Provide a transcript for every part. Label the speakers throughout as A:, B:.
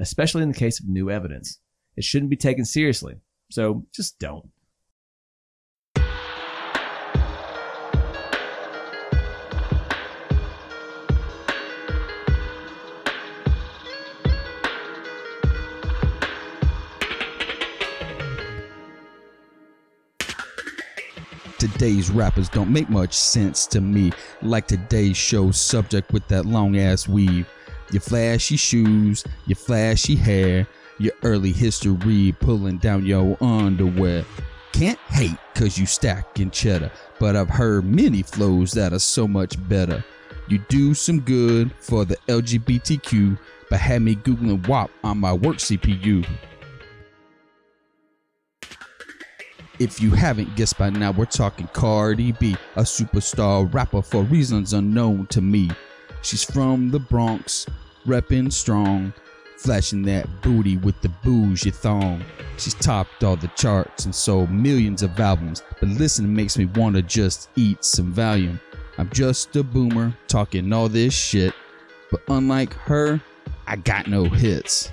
A: especially in the case of new evidence. It shouldn't be taken seriously, so just don't.
B: Today's rappers don't make much sense to me, like today's show subject with that long ass weave. Your flashy shoes, your flashy hair, your early history pulling down your underwear. Can't hate cause you stacking cheddar, but I've heard many flows that are so much better. You do some good for the LGBTQ, but had me googling WAP on my work CPU. If you haven't guessed by now, we're talking Cardi B, a superstar rapper for reasons unknown to me. She's from the Bronx, reppin' strong, flashing that booty with the bougie thong. She's topped all the charts and sold millions of albums, but listening makes me wanna just eat some Valium. I'm just a boomer talking all this shit, but unlike her, I got no hits.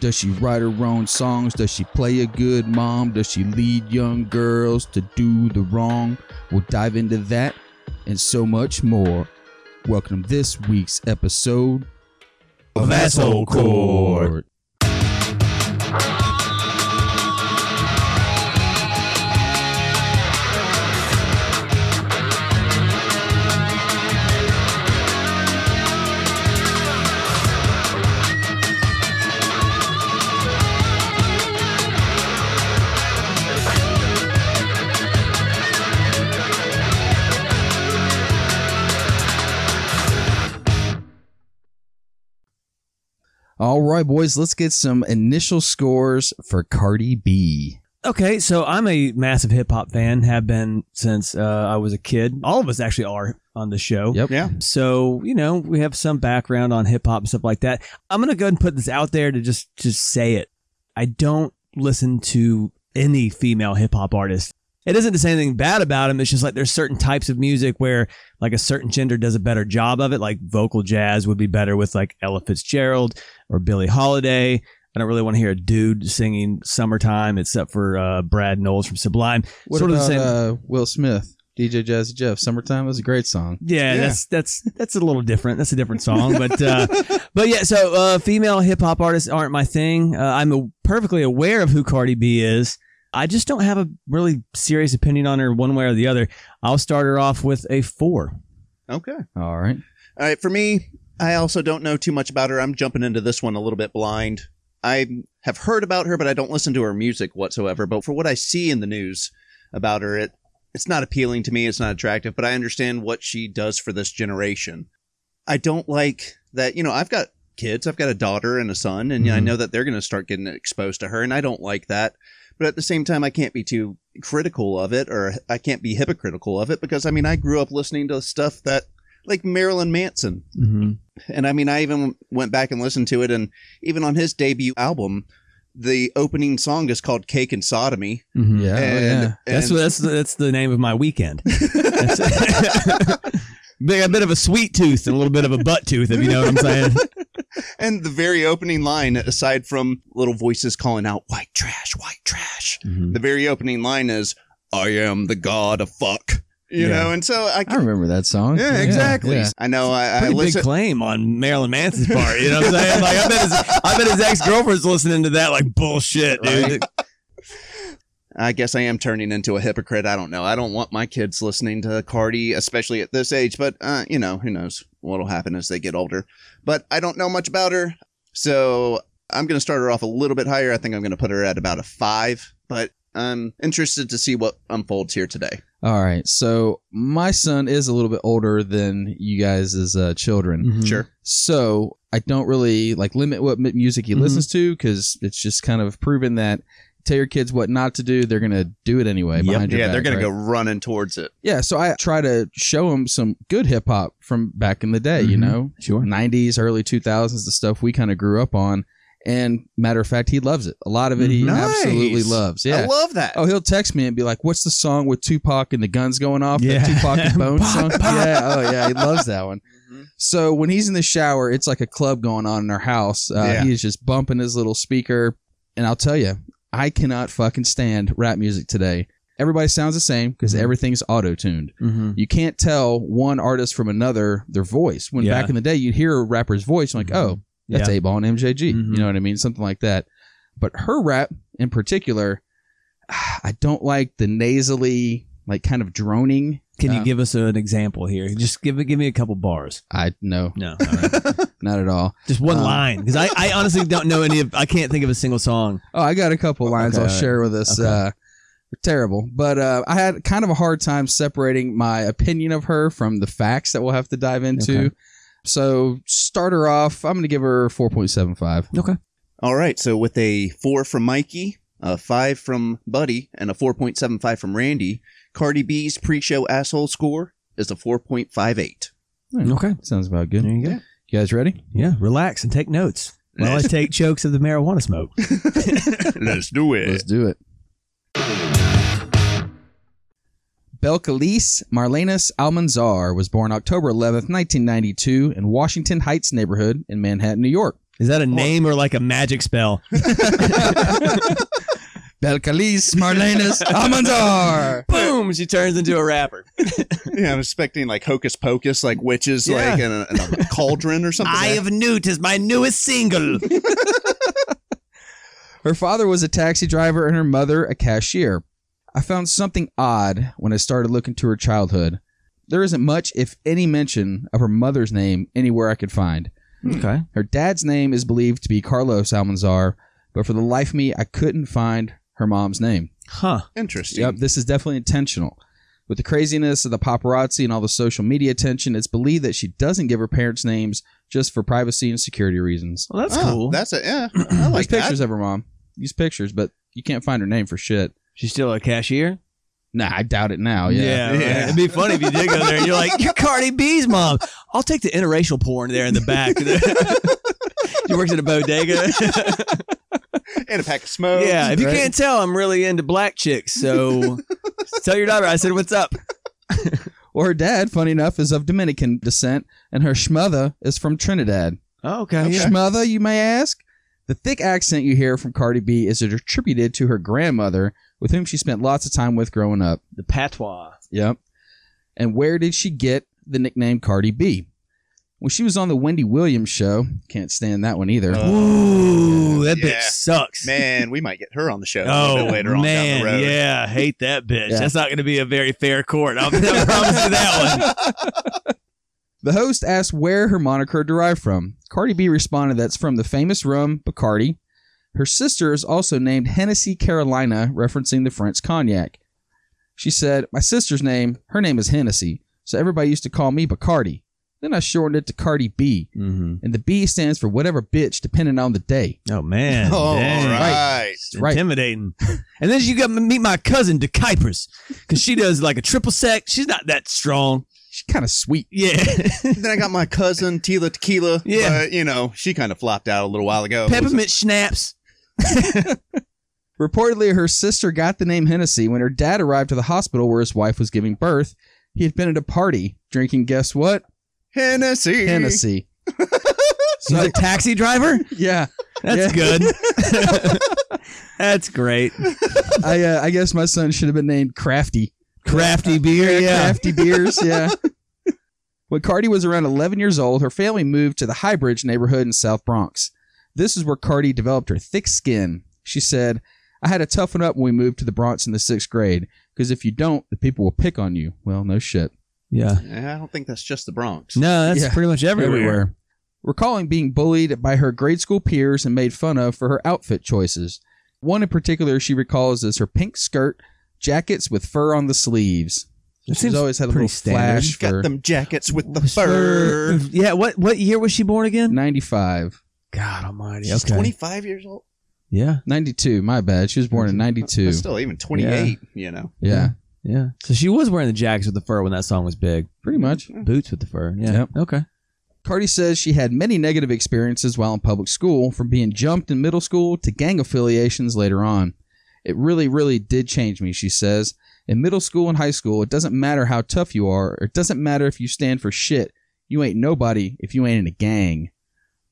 B: Does she write her own songs? Does she play a good mom? Does she lead young girls to do the wrong? We'll dive into that and so much more. Welcome to this week's episode
C: Of Asshole Court.
B: All right, boys, let's get some initial scores for Cardi B.
A: Okay, so I'm a massive hip hop fan, have been since uh, I was a kid. All of us actually are on the show.
B: Yep.
D: Yeah.
A: So, you know, we have some background on hip hop and stuff like that. I'm going to go ahead and put this out there to just just say it. I don't listen to any female hip hop artist. It isn't to say anything bad about them. It's just like there's certain types of music where like a certain gender does a better job of it. Like vocal jazz would be better with like Ella Fitzgerald or Billie Holiday. I don't really want to hear a dude singing "Summertime" except for uh, Brad Knowles from Sublime.
B: What
A: Sort of the
B: about
A: same-
B: uh, Will Smith, DJ Jazzy Jeff? Summertime was a great song.
A: Yeah,
D: Yeah.
A: that's that's that's a little different. That's a different song, but uh, but yeah. So uh, female hip hop artists aren't my thing. Uh, I'm a, perfectly aware of who Cardi B is. I just don't have a really serious opinion on her one way or the other. I'll start her off with a four.
D: Okay.
B: All right.
D: All right, for me, I also don't know too much about her. I'm jumping into this one a little bit blind. I have heard about her, but I don't listen to her music whatsoever. But for what I see in the news about her, it it's not appealing to me. It's not attractive, but I understand what she does for this generation. I don't like that. You know, I've got kids. I've got a daughter and a son, and I
B: Mhm.
D: know that they're going to start getting exposed to her, and I don't like that. But at the same time, I can't be too critical of it, or I can't be hypocritical of it, because I mean, I grew up listening to stuff that, like Marilyn Manson,
A: Mm-hmm.
D: and I mean, I even went back and listened to it, and even on his debut album, the opening song is called "Cake and Sodomy."
A: Mm-hmm.
B: Yeah. oh,
D: and,
B: yeah.
A: That's
D: and-
A: what, that's the, that's the name of my weekend. That's it. Big- a bit of a sweet tooth and a little bit of a butt tooth, if you know what I'm saying.
D: and the very opening line, aside from little voices calling out "white trash, white trash,"
A: Mm-hmm.
D: the very opening line is "I am the god of fuck," you
A: Yeah.
D: know. And so I,
B: I remember that song.
D: yeah, exactly.
B: yeah.
D: I know. I, I
A: Pretty big
D: listen.
A: claim on Marilyn Manson's part. You know what I'm saying? Like, I bet his, I bet his ex girlfriend's listening to that. Like, bullshit, dude.
D: I guess I am turning into a hypocrite. I don't know. I don't want my kids listening to Cardi, especially at this age. But uh, you know, who knows what'll happen as they get older. But I don't know much about her, so I'm going to start her off a little bit higher. I think I'm going to put her at about a five. But I'm interested to see what unfolds here today.
B: All right. So my son is a little bit older than you guys as uh, children.
A: Mhm.
D: Sure.
B: So I don't really like limit what mi- music he
D: Mm-hmm.
A: Mhm.
B: listens to because it's just kind of proven that tell your kids what not to do, they're gonna do it anyway.
A: Yep.
B: behind your
D: yeah,
B: back,
D: they're going
B: right?
D: to go running towards it.
B: Yeah, so I try to show him some good hip hop from back in the day, you
D: Mm-hmm.
A: Mhm.
B: know,
A: Sure.
B: 90s, early 2000s, the stuff we kind of grew up on. And matter of fact, he loves it. A lot of it he
D: Mm-hmm. Nice.
B: absolutely loves. Yeah.
D: I love that.
B: Oh, he'll text me and be like, "What's the song with Tupac and the guns going off?
A: Yeah.
B: The Tupac and Bones
A: Pop,
B: song? Yeah, oh yeah, he loves that one."
D: Mhm.
B: So when he's in the shower, it's like a club going on in our house. Uh,
D: Yeah.
B: He is just bumping his little speaker, and I'll tell you, I cannot fucking stand rap music today. Everybody sounds the same because
A: Mhm.
B: everything's auto tuned.
A: Mm-hmm.
B: You can't tell one artist from another their voice. When
A: Yeah.
B: back in the day, you'd hear a rapper's voice, like,
A: Mhm.
B: "Oh, that's
A: yeah.
B: A Ball and MJG.
A: Mhm.
B: You know what I mean? Something like that. But her rap in particular, I don't like the nasally, like kind of droning.
A: Can
B: uh,
A: you give us an example here? Just give give me a couple bars.
B: I no,
A: No, Uh, all right.
B: not at all.
A: just one
B: Um,
A: line because I, I honestly don't know any of. I can't think of a single song.
B: Oh, I got a couple lines
A: Okay,
B: I'll
A: all right.
B: share with us.
A: Okay.
B: Uh, terrible, but uh, I had kind of a hard time separating my opinion of her from the facts that we'll have to dive into. So start her off. I'm going to give her 4.75.
D: All right. So with a four from Mikey, a five from Buddy, and a 4.75 from Randy, Cardi B's pre show asshole score is a 4.58.
A: Okay,
B: Hmm. Sounds about good.
A: there you go.
B: You guys ready?
A: Yeah, relax and take notes while I take chokes of the marijuana smoke.
D: Let's do
B: Let's do it. Belcalis Marlenus Almanzar was born October 11th, 1992, in Washington Heights neighborhood in Manhattan, New York.
A: Is that a name or like a magic spell?
B: Belcalis Marlenus Almanzar.
A: Boom! She turns into a rapper.
D: Yeah, I'm expecting like hocus pocus, like witches,
A: Yeah.
D: like in a, in a cauldron or something.
A: Eye of Newt is my newest single.
B: Her father was a taxi driver and her mother a cashier. I found something odd when I started looking to her childhood. There isn't much, if any, mention of her mother's name anywhere I could find.
A: okay.
B: Her dad's name is believed to be Carlos Almanzar, but for the life of me, I couldn't find her mom's name.
A: Huh.
D: Interesting.
B: Yep, this is definitely intentional. With the craziness of the paparazzi and all the social media attention, it's believed that she doesn't give her parents' names just for privacy and security reasons.
A: Well, that's
D: Oh,
A: cool.
D: That's it. Yeah, I like
B: There's
D: that.
B: pictures of her mom. Use pictures, but you can't find her name for shit.
A: She's still a cashier.
B: Nah, I doubt it
A: Oh,
B: now. Yeah.
A: right.
D: Yeah.
A: It'd be funny if you did go there and you're like, "You're Cardi B's mom." I'll take the interracial porn there in the back. she works at a bodega.
D: and a pack of smokes.
A: yeah. If you
B: right.
A: can't tell, I'm really into black chicks. So tell your daughter I said, "What's up?"
B: Well, her dad, funny enough, is of Dominican descent, and her schmother is from Trinidad.
A: Oh, okay.
B: Schmother, you may ask? The thick accent you hear from Cardi B is attributed to her grandmother, with whom she spent lots of time with growing up.
A: The patois.
B: Yep. And where did she get the nickname Cardi B? When she was on the Wendy Williams show, can't stand that one either.
D: Uh,
A: Ooh, that
D: Yeah.
A: bitch sucks.
D: man, we might get her on the show a
A: Oh
D: little bit later on
A: man,
D: down the road.
A: yeah, hate that bitch.
B: Yeah.
A: That's not going to be a very fair court. I'll, I promise you that one.
B: the host asked where her moniker derived from. Cardi B responded that's from the famous rum Bacardi. Her sister is also named Hennessy Carolina, referencing the French cognac. She said, My sister's name, her name is Hennessy, so everybody used to call me Bacardi. Then I shortened it to Cardi B,
A: Mm-hmm.
B: and the B stands for whatever bitch, depending on the day.
A: Oh man,
D: Oh,
A: Dang.
D: all right.
A: It's
B: Right.
A: intimidating. and then you got to meet my cousin De Kuipers because she does like a triple sec. She's not that strong.
B: She's kind of sweet.
A: Yeah,
D: then I got my cousin Tila Tequila.
A: Yeah.
D: but, you know, she kind of flopped out a little while ago.
A: peppermint schnapps.
B: Reportedly, her sister got the name Hennessy when her dad arrived to the hospital where his wife was giving birth. He had been at a party drinking, guess what?
D: Hennessy.
B: Hennessy.
A: She's a taxi driver.
B: Yeah,
A: That's good. That's great.
B: I uh, I guess my son should have been named Crafty.
A: Crafty beer. Yeah.
B: Crafty beers. Yeah. when Cardi was around 11 years old, her family moved to the Highbridge neighborhood in South Bronx. This is where Cardi developed her thick skin. She said, "I had to toughen up when we moved to the Bronx in the sixth grade because if you don't, the people will pick on you." Well, no shit.
A: Yeah.
D: Yeah, I don't think that's just the Bronx.
A: No, that's
B: Yeah.
A: pretty much everywhere.
B: Recalling being bullied by her grade school peers and made fun of for her outfit choices. One in particular she recalls as her pink skirt, jackets with fur on the sleeves.
A: It
B: She's
A: seems
B: always had a
A: pretty
B: little
A: standard.
B: flash
D: Got
B: for
D: them jackets with the fur.
A: Yeah. What what year was she born again?
B: 95.
A: God Almighty.
D: She's
A: okay.
D: 25 years old.
A: Yeah.
B: 92, my bad. She was born in 92.
D: But still, even 28, you know.
B: Yeah,
A: Yeah. So she was wearing the jackets with the fur when that song was big.
B: pretty much.
A: Boots with the fur. Yeah.
B: Yep.
A: Okay.
B: Cardi says she had many negative experiences while in public school, from being jumped in middle school to gang affiliations later on. It really, really did change me, she says. In middle school and high school, it doesn't matter how tough you are, or it doesn't matter if you stand for shit. You ain't nobody if you ain't in a gang.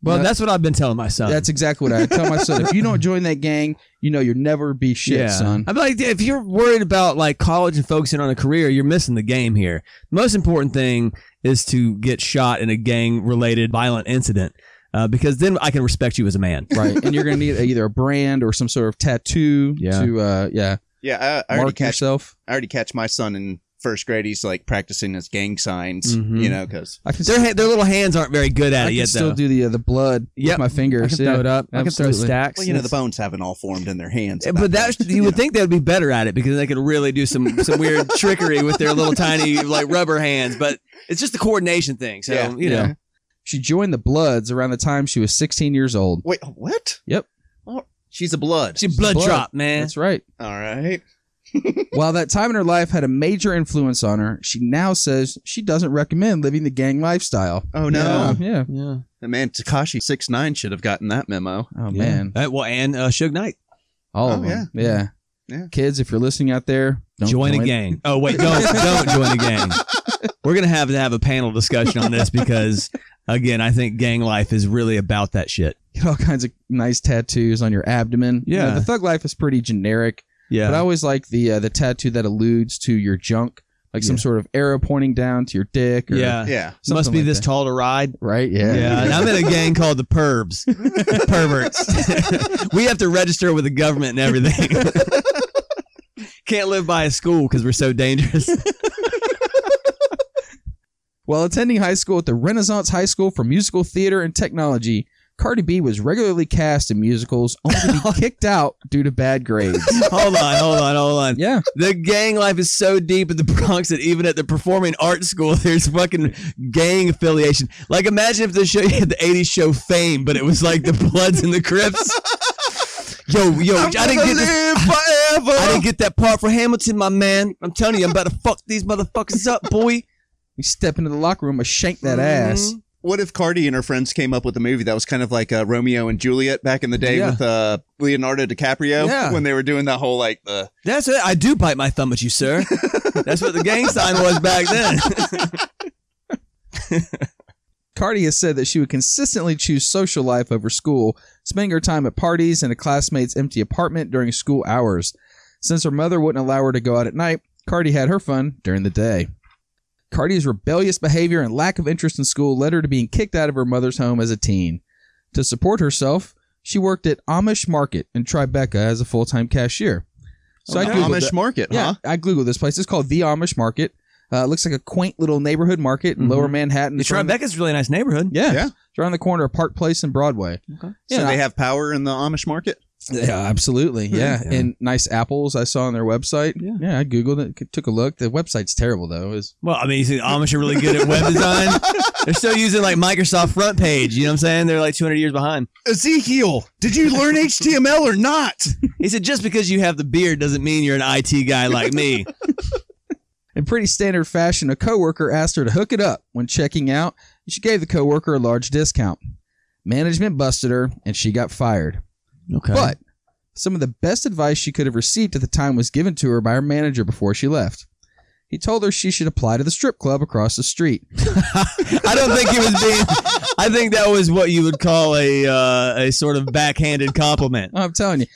A: Well,
B: No,
A: that's what I've been telling my son.
B: that's exactly what I tell my son. If you don't join that gang, you know you'll never be shit, son.
A: I'm like, if you're worried about like college and focusing on a career, you're missing the game here. The most important thing is to get shot in a gang related violent incident uh, because then I can respect you as a man.
B: right, and you're gonna need either a brand or some sort of tattoo
A: Yeah.
B: to, uh, yeah,
D: Yeah, I, I already
B: mark
D: catch
B: yourself.
D: I already catch my son in first grade. He's like practicing his gang signs,
A: Mhm.
D: you know, because
B: I can
A: Their, ha- their little hands aren't very good at
B: I
A: it
B: can
A: yet,
B: still
A: though.
B: do the uh, the blood
A: Yep.
B: with my
A: I
B: fingers.
A: can throw
B: yeah.
A: it up. I can throw
B: Absolutely.
A: stacks.
D: well, you know, the bones haven't all formed in their hands. at
A: but
D: that
A: that
D: point,
A: you would
D: know.
A: think they would be better at it because they could really do some some weird trickery with their little tiny like rubber hands. But it's just the coordination thing. So
D: Yeah.
A: you know,
B: Yeah. She joined the Bloods around the time she was 16 years old.
D: Wait, what?
B: Yep.
D: Oh, she's a blood.
A: she blood,
B: Blood.
A: drop man.
B: That's right.
D: all right.
B: While that time in her life had a major influence on her, she now says she doesn't recommend living the gang lifestyle.
D: Oh no,
B: Yeah. yeah.
A: Yeah.
D: The man Takashi six nine should have gotten that memo.
B: Oh man.
A: Uh, well, and uh, Suge Knight.
B: All of
D: Oh,
B: them. Yeah.
D: Yeah.
B: Kids, if you're listening out there, don't
A: join, a gang. Oh wait, don't don't join a gang. We're gonna have to have a panel discussion on this because again, I think gang life is really about that shit.
B: Get all kinds of nice tattoos on your abdomen. You know,
A: Yeah.
B: the thug life is pretty generic,
A: Yeah,
B: but I always like the uh, the tattoo that alludes to your junk, like some
A: Yeah.
B: sort of arrow pointing down to your dick. Or
A: yeah.
D: Yeah.
B: something
A: Must be
B: like
A: this
B: that.
A: tall to ride.
B: Right. Yeah.
A: Yeah, and I'm in a gang called the Perbs, perverts. we have to register with the government and everything. Can't live by a school because we're so dangerous.
B: While attending high school at the Renaissance High School for Musical Theater and Technology, Cardi B was regularly cast in musicals only to be kicked out due to bad grades.
A: hold on, hold on, hold on.
B: Yeah.
A: The gang life is so deep in the Bronx that even at the performing arts school, there's fucking gang affiliation. Like, imagine if the show you had the '80s show Fame, but it was like the Bloods and the Crips. Yo, yo, I'm I did not get this. I didn't get that part for Hamilton, my man. I'm telling you, I'm about to fuck these motherfuckers up, boy.
B: You step into the locker room and shank that ass.
A: Mhm.
D: What if Cardi and her friends came up with a movie that was kind of like uh, Romeo and Juliet back in the day
A: Yeah.
D: with uh, Leonardo DiCaprio
A: Yeah.
D: when they were doing that whole like the
A: That's it. I do bite my thumb at you, sir. That's what the gang sign was back then.
B: Cardi has said that she would consistently choose social life over school, spending her time at parties in a classmate's empty apartment during school hours. Since her mother wouldn't allow her to go out at night, Cardi had her fun during the day. Cardi's rebellious behavior and lack of interest in school led her to being kicked out of her mother's home as a teen. To support herself, she worked at Amish Market in Tribeca as a full time cashier. So I
D: the
B: Googled
D: Amish
B: that.
D: market,
B: Yeah,
D: huh?
B: I googled this place. It's called the Amish Market. Uh, it looks like a quaint little neighborhood market in
D: Mm-hmm.
A: Mhm.
B: Lower Manhattan.
A: The
B: It's around the-
A: Tribeca's a really nice neighborhood.
B: yeah.
D: Yeah.
B: It's around the corner of Park Place and Broadway. Yeah,
D: so
B: and
D: they
B: I-
D: have power in the Amish market.
B: Yeah, absolutely. Yeah.
A: Yeah.
B: And nice apples I saw on their website.
A: Yeah.
B: I Googled it, took a look. The website's terrible, though. Is
A: Well, I mean, you see, the Amish are really good at web design. They're still using like Microsoft front page. You know what I'm saying? They're like 200 years behind.
D: Ezekiel, did you learn HTML or not?
A: He said, just because you have the beard doesn't mean you're an IT guy like me.
B: In pretty standard fashion, a coworker asked her to hook it up when checking out, and she gave the coworker a large discount. Management busted her, and she got fired.
A: Okay.
B: But some of the best advice she could have received at the time was given to her by her manager before she left. He told her she should apply to the strip club across the street.
A: I don't think he was being. I think that was what you would call a uh, a sort of backhanded compliment.
B: I'm telling you.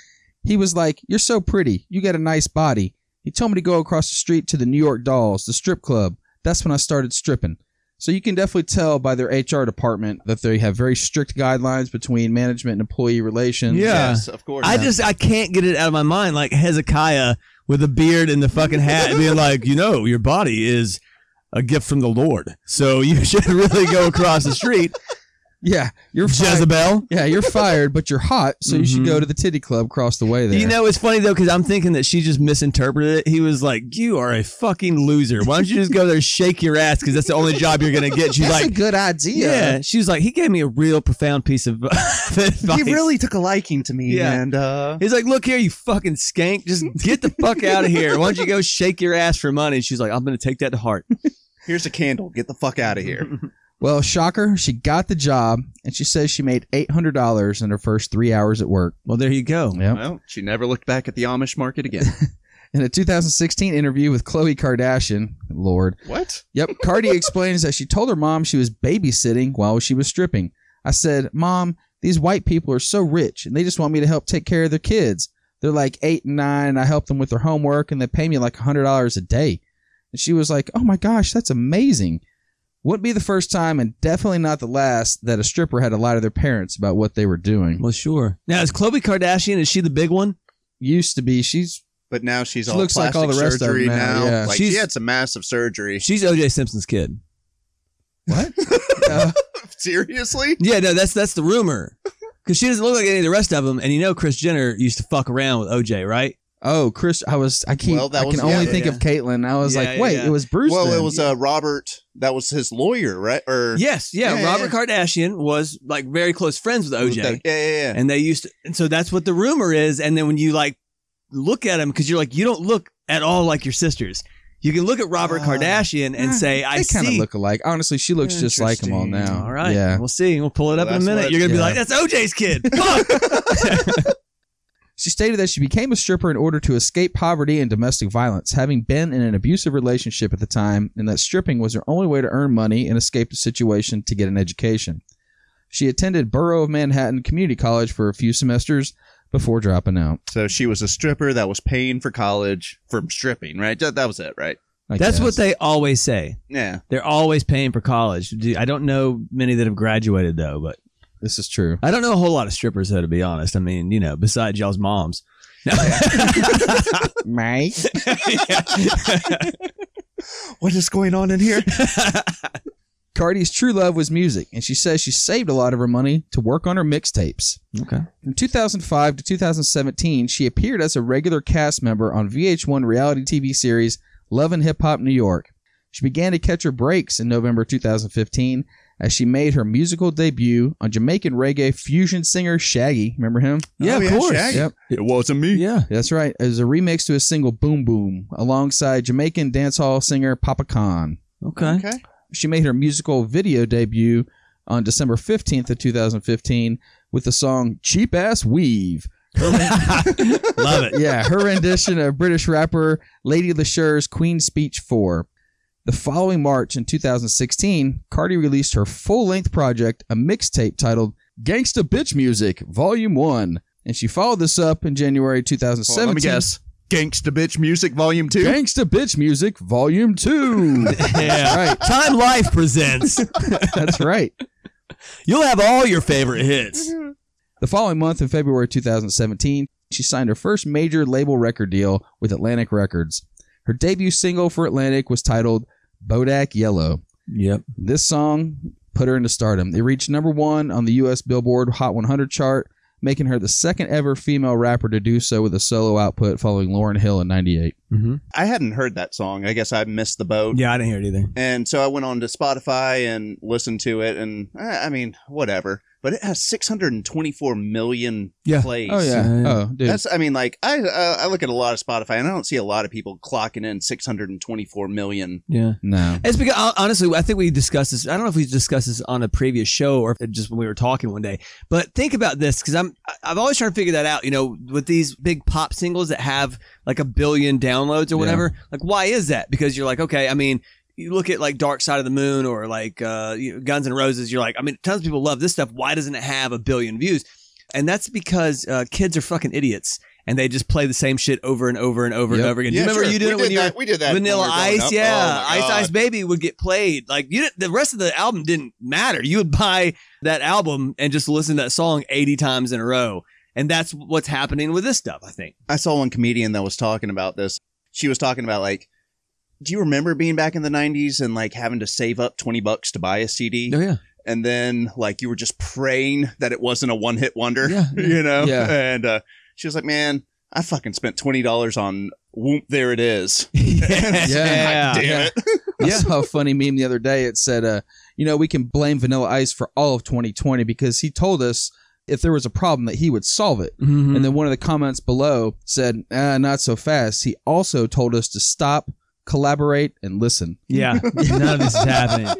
B: He was like, You're so pretty. You got a nice body. He told me to go across the street to the New York Dolls, the strip club. That's when I started stripping. So you can definitely tell by their HR department that they have very strict guidelines between management and employee relations.
A: Yeah.
D: Yes, of course.
A: I just I can't get it out of my mind like Hezekiah with a beard and the fucking hat being like, you know, your body is a gift from the Lord, so you should really go across the street.
B: Yeah, you're fired.
A: Jezebel.
B: Yeah, you're fired, but you're hot, so you should
A: Mhm.
B: go to the titty club across the way there.
A: You know, it's funny though, because I'm thinking that she just misinterpreted it. He was like, You are a fucking loser. Why don't you just go there, shake your ass? Because that's the only job you're going to get. She's
B: that's a
A: like,
B: good idea.
A: Yeah. She was like, He gave me a real profound piece of advice.
D: He really took a liking to me,
A: Yeah.
D: and uh,
A: He's like, Look here, you fucking skank. Just get the fuck out of here. Why don't you go shake your ass for money? She's like, I'm going to take that to heart.
D: here's a candle. Get the fuck out of here.
B: Well, shocker, she got the job, and she says she made eight hundred dollars in her first three hours at work.
A: Well, there you go.
B: Yeah.
D: Well, she never looked back at the Amish market again.
B: In a 2016 interview with Khloe Kardashian, Lord,
D: what?
B: Yep. Cardi explains that she told her mom she was babysitting while she was stripping. I said, Mom, these white people are so rich and they just want me to help take care of their kids. They're like eight and nine, and I help them with their homework and they pay me like $100 a day. And she was like, Oh my gosh, that's amazing. Wouldn't be the first time and definitely not the last that a stripper had to lie to their parents about what they were doing.
A: Well, sure. Now, is Khloe Kardashian, is she the big one?
B: Used to be, she's
D: But now she's
B: She
D: all
B: looks like
D: plastic
B: all the rest of them
D: surgery
B: now,
D: now.
B: yeah.
D: Like
A: She's-
D: she had some massive surgery.
A: She's OJ Simpson's kid.
B: what? Uh,
D: Seriously?
A: Yeah, no, that's that's the rumor. Because she doesn't look like any of the rest of them, and you know Chris Jenner used to fuck around with OJ, right?
B: oh, Chris, I was, I keep,
D: Well, that
B: I
D: was-
B: can only
D: yeah,
B: think
A: yeah.
B: of Caitlyn. I was
A: Yeah,
B: like, wait,
A: yeah.
B: it was Bruce.
D: Well, it
B: then.
D: was uh, Robert. That was his lawyer, right? Or
A: Yes, yeah.
D: Yeah, yeah,
A: Robert Kardashian was like very close friends with
D: with
A: OJ,
D: the- yeah, yeah, yeah.
A: and they used to, and so that's what the rumor is. And then when you like look at him, because you're like you don't look at all like your sisters. You can look at Robert
D: Ah.
A: Kardashian and
B: Eh,
A: say, "I
B: they kind of
A: see."
B: look alike. Honestly, she looks just like them all
D: Interesting.
B: now.
A: all right,
B: Yeah.
A: we'll see. We'll pull it up
D: Well,
A: in
D: that's
A: a minute.
D: what-
A: You're gonna
B: yeah.
A: be like, "That's OJ's kid." Fuck.
B: She stated that she became a stripper in order to escape poverty and domestic violence, having been in an abusive relationship at the time, and that stripping was her only way to earn money and escape the situation to get an education. She attended Borough of Manhattan Community College for a few semesters before dropping out.
D: So she was a stripper that was paying for college from stripping, right? That, that was it, right?
B: I
A: that's what
B: guess.
A: they always say.
D: Yeah.
A: They're always paying for college. Dude, I don't know many that have graduated though, but
B: This is true.
A: I don't know a whole lot of strippers though, to be honest. I mean, you know, besides y'all's moms. No.
B: Mike.
D: What is going on in here?
B: Cardi's true love was music, and she says she saved a lot of her money to work on her mixtapes.
A: okay.
B: From 2005 to 2017, she appeared as a regular cast member on VH1 reality TV series Love and Hip Hop New York. She began to catch her breaks in November 2015 as she made her musical debut on Jamaican reggae fusion singer Shaggy. Remember him?
A: Yeah,
D: Oh,
A: of
D: yeah,
A: course.
D: Shaggy.
B: Yep.
D: It wasn't me.
A: Yeah.
B: That's right. As a remix to his single Boom Boom alongside Jamaican dancehall singer Papa Khan.
A: Okay.
D: Okay.
B: She made her musical video debut on December 15th of 2015 with the song Cheap Ass Weave.
A: Love it.
B: yeah, her rendition of British rapper Lady Lesure's Queen's Speech 4. The following March in 2016, Cardi released her full length project, a mixtape titled Gangsta Bitch Music, Volume 1. And she followed this up in January 2017.
D: Well, let me guess. Gangsta Bitch Music Volume 2?
B: Gangsta Bitch Music, Volume 2.
A: Yeah.
B: right.
A: Time Life presents.
B: That's right.
A: You'll have all your favorite hits.
B: The following month, in February 2017, she signed her first major label record deal with Atlantic Records. Her debut single for Atlantic was titled Bodak Yellow.
A: Yep.
B: This song put her into stardom. It reached number one on the U.S. Billboard Hot 100 chart, making her the second ever female rapper to do so with a solo output following Lauren Hill in 98.
A: Mm-hmm.
D: I hadn't heard that song. I guess I missed the boat.
A: Yeah, I didn't hear it either.
D: And so I went on to Spotify and listened to it, and eh, I mean, whatever. But it has 624 million
A: Yeah.
D: plays.
B: Oh, yeah.
A: Yeah.
B: Oh, dude.
D: That's, I mean, like I, uh, I look at a lot of Spotify, and I don't see a lot of people clocking in 624 million.
A: Yeah.
B: no.
A: It's because hon- honestly, I think we discussed this. I don't know if we discussed this on a previous show or if just when we were talking one day. But think about this because I'm I- I've always trying to figure that out. You know, with these big pop singles that have like a billion downloads or whatever, like why is that? Because you're like, okay, I mean. You look at like Dark Side of the Moon or like uh, you know, Guns N' Roses. You're like, I mean, tons of people love this stuff. Why doesn't it have a billion views? And that's because uh, kids are fucking idiots and they just play the same shit over and over and over
B: Yep.
A: and over again. Do you remember you doing it when you were
D: that, we did that.
A: Vanilla
D: when we were growing
A: Ice,
D: up.
A: yeah,
D: Oh, my
A: Ice
D: God.
A: Ice Baby would get played. Like you, didn't, the rest of the album didn't matter. You would buy that album and just listen to that song eighty times in a row, and that's what's happening with this stuff. I think.
D: I saw one comedian that was talking about this. She was talking about like,
B: Oh,
D: do you remember being back in the '90s and like having to save up 20 bucks to buy a CD?
A: yeah,
D: and then like you were just praying that it wasn't a one hit wonder,
B: Yeah,
D: you know?
B: yeah.
D: And uh, she was like, man, I fucking spent $20 on Whoop, there it is.
A: yeah.
B: Yeah.
D: Damn
B: Yeah.
D: it.
B: I saw a funny meme the other day. It said, uh, you know, we can blame Vanilla Ice for all of 2020 because he told us if there was a problem that he would solve it.
A: Mhm.
D: Hmm.
B: And then one of the comments below said, ah, not so fast. He also told us to stop, collaborate, and listen.
A: yeah. None of this is happening.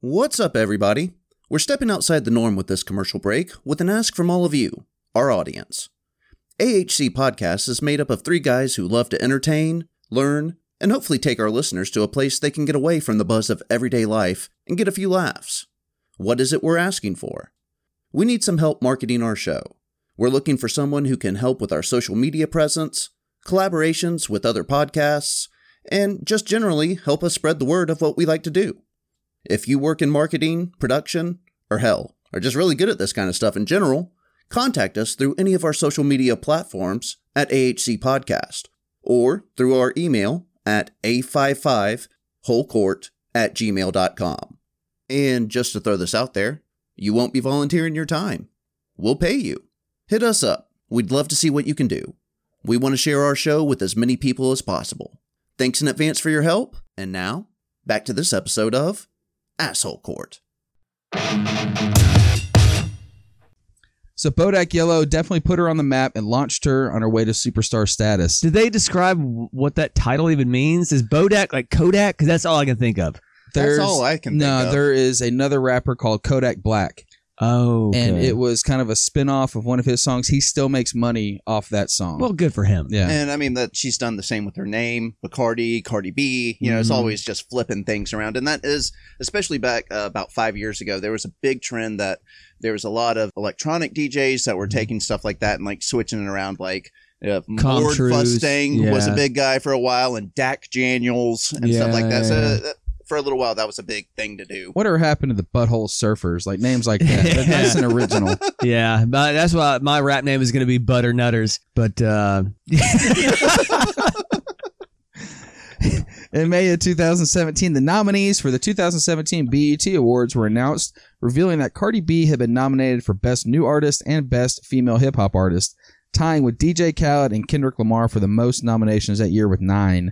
E: What's up, everybody? We're stepping outside the norm with this commercial break with an ask from all of you, our audience. AHC Podcast is made up of three guys who love to entertain, learn, and hopefully take our listeners to a place they can get away from the buzz of everyday life and get a few laughs. What is it we're asking for? We need some help marketing our show. We're looking for someone who can help with our social media presence, collaborations with other podcasts, and just generally help us spread the word of what we like to do. If you work in marketing, production, or hell, are just really good at this kind of stuff in general, contact us through any of our social media platforms at AHC Podcast or through our email at a55wholecourt at gmail.com. And just to throw this out there, you won't be volunteering your time. We'll pay you. Hit us up. We'd love to see what you can do. We want to share our show with as many people as possible. Thanks in advance for your help. And now, back to this episode of Asshole Court.
B: So Bodak Yellow definitely put her on the map and launched her on her way to superstar status.
A: Did they describe w- what that title even means? Is Bodak like Kodak? Because that's all I can think of.
D: That's all I can
B: No,
D: think of.
B: there is another rapper called Kodak Black,
A: Oh,
B: and it was kind of a spin off of one of his songs. He still makes money off that song.
A: well, good for him.
B: yeah.
D: And I mean that she's done the same with her name, Bacardi, Cardi B. You know, it's
A: Mhm.
D: always just flipping things around, and that is especially back uh, about five years ago. There was a big trend that there was a lot of electronic DJs that were
A: Mm-hmm.
D: taking stuff like that and like switching it around, like. Uh,
A: Com
D: Lord
A: Trues,
D: Mustang was a
A: yeah.
D: big guy for a while, and Dak Daniels and
A: Yeah,
D: stuff like that.
A: yeah,
D: so
A: yeah.
D: uh, for a little while, that was a big thing to do.
B: Whatever happened to the butthole surfers? Like names like that. That- That's an original.
A: Yeah, but that's why my rap name is going to be Butter Nutters. But uh,
B: In May of 2017, the nominees for the 2017 BET E Awards were announced, revealing that Cardi B had been nominated for Best New Artist and Best Female Hip Hop Artist, tying with DJ Khaled and Kendrick Lamar for the most nominations that year with nine.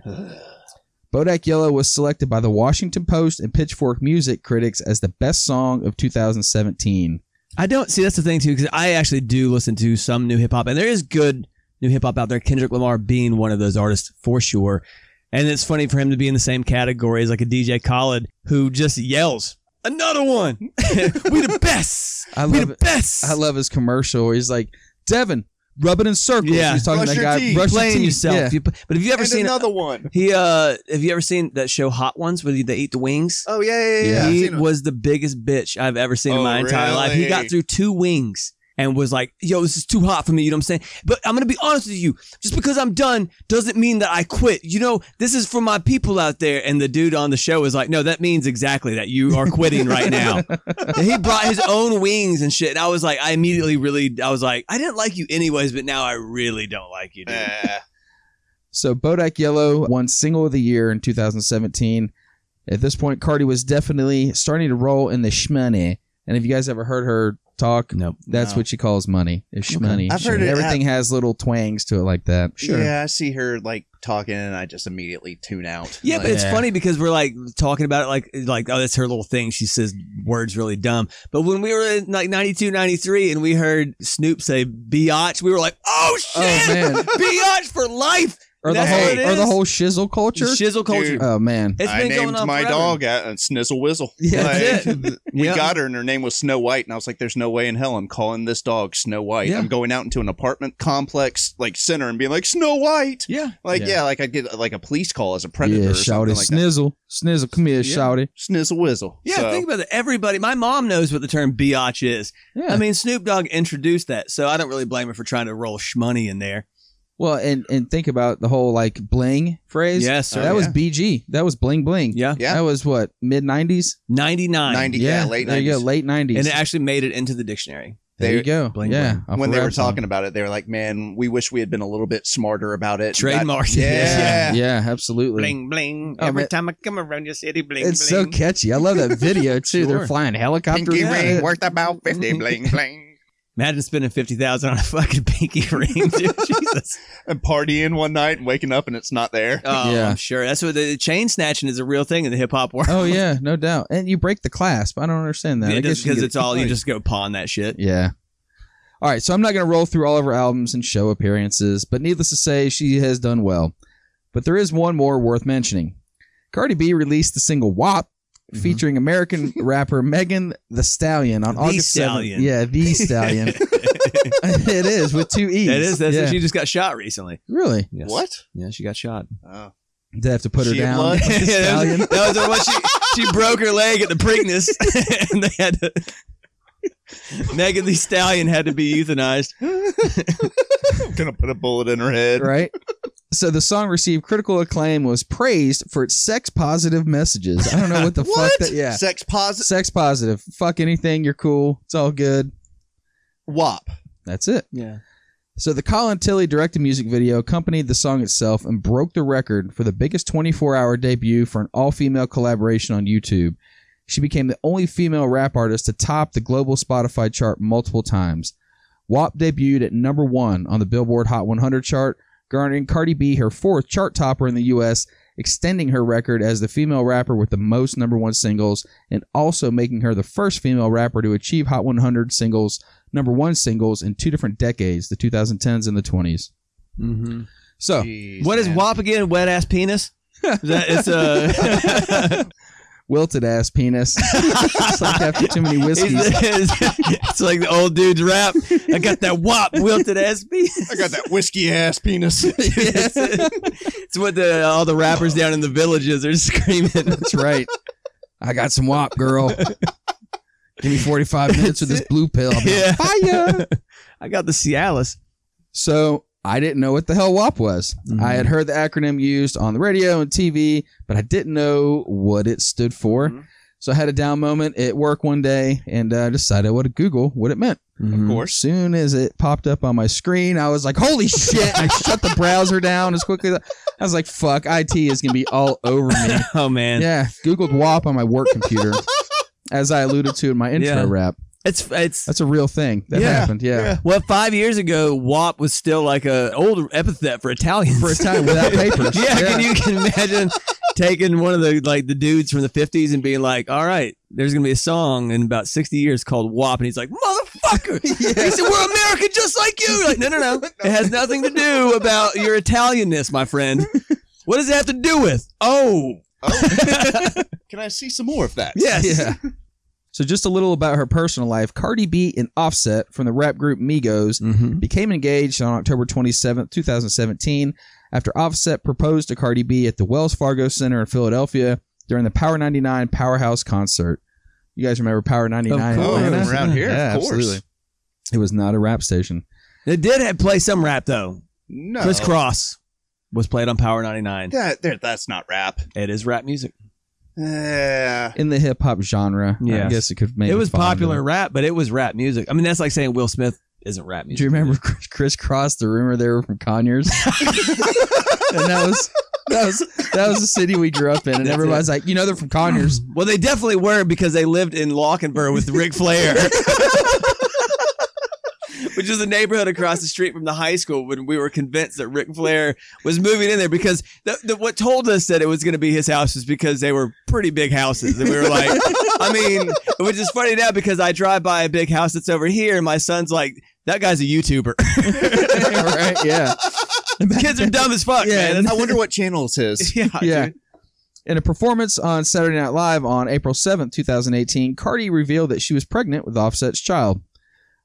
B: Bodak Yellow was selected by the Washington Post and Pitchfork Music critics as the best song of 2017.
A: I don't see that's the thing too because I actually do listen to some new hip hop, and there is good new hip hop out there. Kendrick Lamar being one of those artists for sure, and it's funny for him to be in the same category as like a DJ Khaled who just yells. Another one. we the best.
B: I
A: we
B: love
A: the
B: it.
A: best.
B: I love his commercial. Where he's like, Devin, rubbing in circles.
A: Yeah.
B: He's talking
D: Brush
B: to that
D: your
B: guy.
D: teeth.
B: Brush your
A: playing
B: teeth.
A: yourself.
B: Yeah.
A: You- but have you ever
D: And
A: seen
D: another one.
A: He uh have you ever seen that show Hot Ones where they eat the wings?
D: Oh yeah, yeah, yeah. yeah. I've
A: he
D: seen it.
A: was the biggest bitch I've ever seen in
D: Oh,
A: my entire life. He got
D: really?
A: through two wings and was like, "Yo, this is too hot for me." You know what I'm saying? But I'm gonna be honest with you. Just because I'm done doesn't mean that I quit. You know, this is for my people out there. And the dude on the show was like, "No, that means exactly that you are quitting right now." and he brought his own wings and shit. And I was like, I immediately really, I was like, I didn't like you anyways, but now I really don't like you, dude.
D: Eh.
B: So Bodak Yellow won Single of the Year in 2017. At this point, Cardi was definitely starting to roll in the shmoney. And if you guys ever heard her talk,
A: Nope.
B: that's
D: No.
B: what she calls money. Is shmoney.
D: I've heard it-
B: Everything has little twangs to it like that.
D: Yeah, I see her like talking, and I just immediately tune out.
A: Yeah, but
D: Like,
A: it's funny because we're like talking about it like like oh that's her little thing. She says words really dumb. But when we were in like 92, 93 and we heard Snoop say biatch, we were like, "Oh
B: Oh
A: shit.
B: man.
A: biatch for life."
B: Or the
A: That's
D: what
B: whole
A: it
B: or the
A: is.
B: whole shizzle culture.
A: Shizzle culture.
D: Dude.
B: oh man.
A: It's
D: I
A: been
D: named
A: going on
D: my
A: forever.
D: dog at, and Snizzle Wizzle.
B: Yeah,
A: that's
D: Like, We
A: Yeah.
D: got her, and her name was Snow White. And I was like, "There's no way in hell I'm calling this dog Snow White.
B: Yeah.
D: I'm going out into an apartment complex like center and being like Snow White."
A: Yeah.
D: Like
B: Yeah.
D: yeah, like I'd get like a police call as a predator.
B: Yeah,
D: or something
B: shouty.
D: like that.
B: snizzle. Snizzle, come here,
D: Yeah.
B: shouty.
D: Snizzle Wizzle.
A: Yeah,
D: So,
A: think about it. Everybody, my mom knows what the term biatch is.
B: Yeah.
A: I mean, Snoop Dogg introduced that, so I don't really blame her for trying to roll shmoney in there.
B: well, and and think about the whole like bling phrase.
A: Yes, sir.
B: that was
D: yeah.
B: BG. That was bling bling.
A: Oh, Yeah.
D: Yeah.
B: That was what mid nineties.
A: 99.
D: 90 yeah, late
B: there you go,
D: 90s.
B: late nineties.
A: And it actually made it into the dictionary.
B: There
D: They-
B: you go.
A: Bling,
B: yeah.
A: bling.
B: I'll
D: when they were
B: grab some.
D: talking about it, they were like, "Man, we wish we had been a little bit smarter about it."
A: Trademark.
D: Got- yeah.
B: Yeah, yeah, absolutely.
F: Bling bling.
B: Oh,
F: Every
B: man.
F: time I come around your city, bling
B: it's
F: bling.
B: so catchy. I love that video too. They're
A: Sure.
B: flying helicopters.
D: Pinky
B: Yeah.
D: ring worth about fifty. Bling bling.
A: Imagine spending fifty thousand on a fucking pinky ring, dude. Jesus.
D: And partying one night and waking up and it's not there.
A: Oh,
B: Yeah.
A: I'm sure. That's what the, the chain snatching is a real thing in the hip hop world.
B: Oh yeah, no doubt. And you break the clasp. I don't understand that. I guess you
A: because
B: get-
A: it's all you just go pawn that shit.
B: Yeah. All right, so I'm not going to roll through all of her albums and show appearances, but needless to say, she has done well. But there is one more worth mentioning. Cardi B released the single WAP featuring American rapper Megan the Stallion on
A: Mm-hmm. The
B: August 7th.
A: Stallion.
B: Yeah, the Stallion. it is with two E's.
A: That is. That's
B: yeah.
A: she just got shot recently.
B: Really?
A: Yes.
D: What?
A: Yeah, she got shot.
D: Oh.
B: They have to put her
D: She a
B: down.
D: blood?
B: The
A: that
B: Stallion.
A: was, that was her what she she broke her leg at the Preakness, and they had to. Megan the Stallion had to be euthanized.
D: I'm gonna put a bullet in her head.
B: right? So the song received critical acclaim, was praised for its sex positive messages. I don't know what the
D: What?
B: fuck that yeah.
D: Sex positive.
B: Sex positive. Fuck anything, you're cool. It's all good.
D: WAP.
B: That's it.
A: Yeah.
B: So the Colin Tilly directed music video accompanied the song itself and broke the record for the biggest 24-hour debut for an all-female collaboration on YouTube. She became the only female rap artist to top the global Spotify chart multiple times. WAP debuted at number 1 on the Billboard Hot 100 chart, garnering Cardi B her fourth chart topper in the US, extending her record as the female rapper with the most number 1 singles and also making her the first female rapper to achieve Hot 100 singles number one singles in two different decades, the 2010s and the 20s.
A: Mm-hmm.
B: So,
D: Jeez,
A: What is
D: man.
A: WAP again? Wet ass penis. Is that, it's uh,
B: wilted ass penis. it's like after too many whiskeys.
A: it's, it's like the old dude's rap. I got that WAP wilted ass penis.
D: I got that whiskey ass penis.
A: Yes. it's what the, all the rappers down in the villages are screaming.
B: That's right. I got some WAP, girl. Give me 45 minutes with this blue pill. I'll be on
A: Yeah.
B: fire.
A: I got the Cialis.
B: So I didn't know what the hell WAP was.
A: Mhm.
B: I had heard the acronym used on the radio and TV, but I didn't know what it stood for.
D: Mhm.
B: So I had a down moment at work one day and uh, decided I would Google what it meant.
A: Of
B: Or soon as it popped up on my screen, I was like, "Holy shit!" I shut the browser down as quickly. As I was like, "Fuck, IT is gonna be all over me."
A: Oh man,
B: Yeah, Googled WAP on my work computer, as I alluded to in my intro
A: Yeah.
B: rap.
A: it's it's
B: That's a real thing that
A: Yeah.
B: happened. Yeah.
A: well five years ago, WAP was still like a old epithet for Italians.
B: for a time without papers.
A: yeah, can you can imagine taking one of the like the dudes from the fifties and being like, all right, there's gonna be a song in about sixty years called WAP, and he's like, motherfucker. He said, we're American just like you. Like, no, no, no, it has nothing to do about your Italianness, my friend. What does it have to do with? Oh,
D: Can I see some more of that?
A: yes.
B: Yeah. So just a little about her personal life. Cardi B and Offset from the rap group Migos
A: Mm-hmm.
B: became engaged on October 27, 2017, after Offset proposed to Cardi B at the Wells Fargo Center in Philadelphia during the Power 99 Powerhouse concert. You guys remember Power 99?
A: course.
D: Oh,
B: Atlanta?
A: Yeah.
D: around here,
B: Yeah,
D: of course.
B: absolutely. It was not a rap station.
A: It did have, play some rap though.
D: No.
A: Chris Cross was played on Power 99.
D: That, there, that's not rap.
A: It is rap music.
D: Uh,
B: In the hip hop genre, I
A: Yes.
B: guess it could make
A: it was
B: fall under
A: popular
B: that.
A: rap, but it was rap music. I mean, that's like saying Will Smith isn't rap music.
B: Do you remember Chris- Chris Cross? The rumor they were from Conyers, and that was that was that was the city we grew up in, and
A: That's
B: everybody's like, you know, they're from Conyers.
A: Well, they definitely were because they lived in Lochinver with Ric Flair. Which is a neighborhood across the street from the high school when we were convinced that Ric Flair was moving in there because the, the, what told us that it was going to be his house was because they were pretty big houses. And we were like, I mean, which is funny now because I drive by a big house that's over here and my son's like, that guy's a YouTuber.
B: right? Yeah.
A: Kids are dumb as fuck,
B: Yeah,
A: man.
D: I wonder what channel it is.
A: yeah,
B: yeah.
A: dude.
B: In a performance on Saturday Night Live on April seventh, two 2018, Cardi revealed that she was pregnant with Offset's child.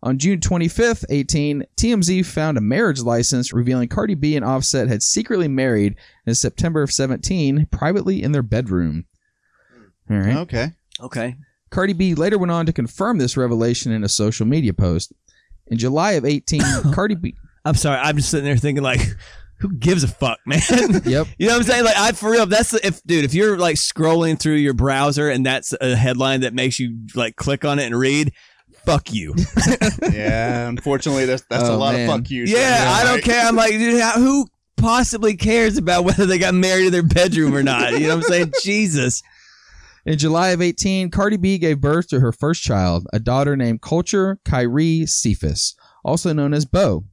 B: On June 25th, 18, TMZ found a marriage license revealing Cardi B and Offset had secretly married in September of 17 privately in their bedroom. All right.
D: Okay.
A: Okay.
B: Cardi B later went on to confirm this revelation in a social media post. In July of 18, Cardi B.
A: I'm sorry. I'm just sitting there thinking like, who gives a fuck, man?
B: Yep.
A: You know what I'm saying? Like, I for real. That's the, if, dude. If you're like scrolling through your browser and that's a headline that makes you like click on it and read, fuck you.
D: yeah, unfortunately, that's that's a
B: Oh,
D: lot
B: man.
D: of fuck you.
A: yeah, I don't care. I'm like, dude, how, who possibly cares about whether they got married in their bedroom or not? You know what I'm saying? Jesus.
B: In July of 18, Cardi B gave birth to her first child, a daughter named Culture Kyrie Cephas, also known as Bo.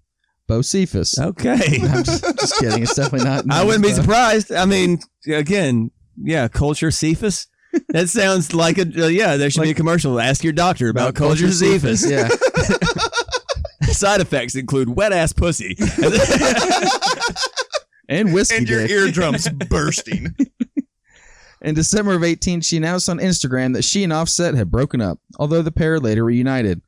B: Bo Cephas.
A: Okay.
B: I'm just, just kidding. It's definitely not.
A: I wouldn't be
B: Bo.
A: surprised. I mean, again, yeah, culture Cephas. That sounds like a uh, yeah. There should be a commercial. Ask your doctor about, culture Cephas.
B: Yeah.
A: Side effects include wet ass pussy.
B: And whiskey
D: And your
B: dick.
D: eardrums bursting.
B: In December of 18, she announced on Instagram that she and Offset had broken up, although the pair later reunited.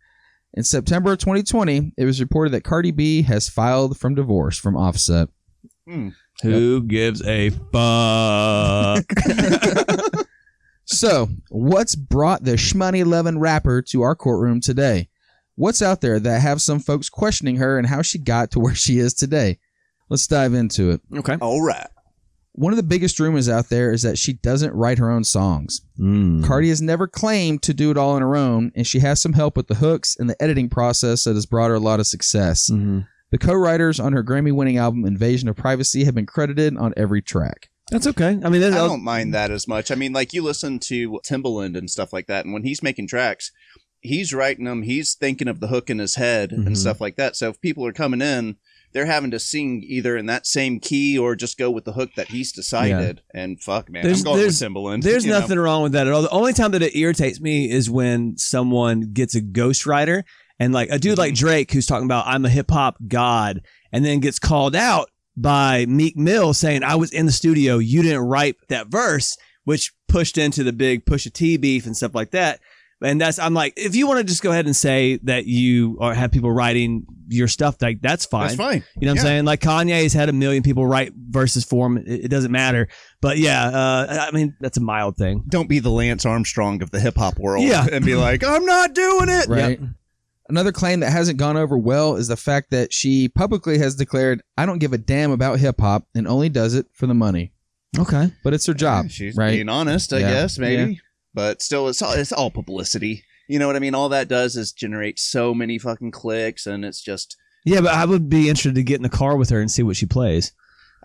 B: In September of 2020, it was reported that Cardi B has filed from divorce from Offset.
A: Who gives a fuck?
B: So, what's brought the shmoney loving rapper to our courtroom today? What's out there that have some folks questioning her and how she got to where she is today? Let's dive into it.
A: okay.
D: All right.
B: One of the biggest rumors out there is that she doesn't write her own songs.
A: Hmm.
B: Cardi has never claimed to do it all on her own, and she has some help with the hooks and the editing process that has brought her a lot of success.
A: Hmm.
B: The co writers on her Grammy winning album Invasion of Privacy have been credited on every track.
A: That's okay. I mean, that's,
D: I don't mind that as much. I mean, like you listen to Timbaland and stuff like that, and when he's making tracks, he's writing them. He's thinking of the hook in his head
A: Mhm.
D: and stuff like that. So if people are coming in, they're having to sing either in that same key or just go with the hook that he's decided. And fuck, man,
A: There's-
D: I'm going with
A: there's-
D: Timbaland.
A: There's
D: you know?
A: nothing wrong with that at all. The only time that it irritates me is when someone gets a ghostwriter and like a dude like Drake who's talking about I'm a hip hop god and then gets called out by Meek Mill saying I was in the studio, you didn't write that verse, which pushed into the big Pusha T beef and stuff like that. And that's I'm like, if you want to just go ahead and say that you or have people writing your stuff, like that's fine.
D: That's fine.
A: You know what I'm
D: Yeah.
A: saying? Like Kanye's had a million people write verses for him. It, it doesn't matter. But yeah, uh, I mean that's a mild thing.
D: Don't be the Lance Armstrong of the hip hop world
A: Yeah.
D: and be like, I'm not doing it.
B: Right? Another claim that hasn't gone over well is the fact that she publicly has declared, I don't give a damn about hip hop and only does it for the money.
A: Okay.
B: But it's her job.
D: She's
B: right?
D: being honest, I
B: Yeah.
D: guess, maybe. But still, it's all, it's all publicity. You know what I mean? All that does is generate so many fucking clicks, and it's just
A: Yeah, but I would be interested to get in the car with her and see what she plays.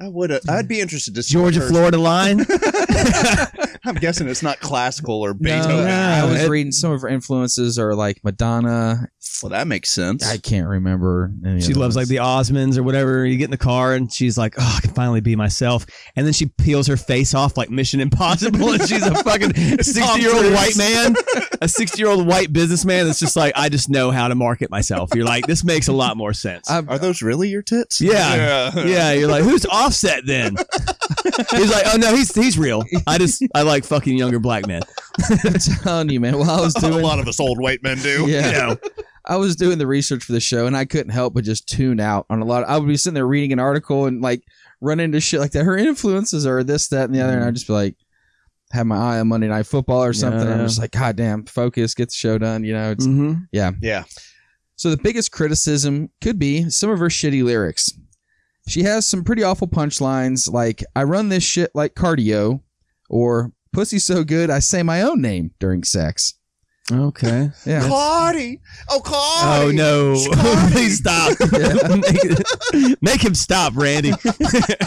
D: I would I'd be interested to see
A: Georgia
D: her-
A: Florida Line.
D: I'm guessing it's not classical or
B: No,
D: Beethoven.
A: no.
B: I was
A: It-
B: reading some of her influences are like Madonna.
D: Well, that makes sense.
B: I can't remember. Any
A: she
B: other
A: loves like
B: ones.
A: the Osmonds or whatever. You get in the car and she's like, "Oh, I can finally be myself." And then she peels her face off like Mission Impossible, and she's a fucking sixty-year-old
D: Cruise.
A: white man, a sixty-year-old white businessman that's just like, "I just know how to market myself." You're like, "This makes a lot more sense."
B: I-
D: Are those really your tits?
A: Yeah. Yeah, you're like, who's Offset then? he's like, oh no, he's he's real. I just I like fucking younger black men.
B: I'm telling you, man. While I was
D: a
B: doing
D: lot of us old white men do.
B: yeah.
A: You know,
B: I was doing the research for the show and I couldn't help but just tune out on a lot. I would be sitting there reading an article and like run into shit like that. Her influences are this, that, and the other, and I'd just be like, have my eye on Monday Night Football or something.
A: Yeah.
B: I'm just like, God damn, focus, get the show done. You know. It's,
A: Mhm.
D: Yeah.
B: So the biggest criticism could be some of her shitty lyrics. She has some pretty awful punchlines like "I run this shit like cardio," or "Pussy so good I say my own name during sex."
A: Okay.
B: Yeah.
D: Cardi. Oh, Cardi.
A: Oh no!
D: Scotty.
A: Please stop. make, make him stop, Randy.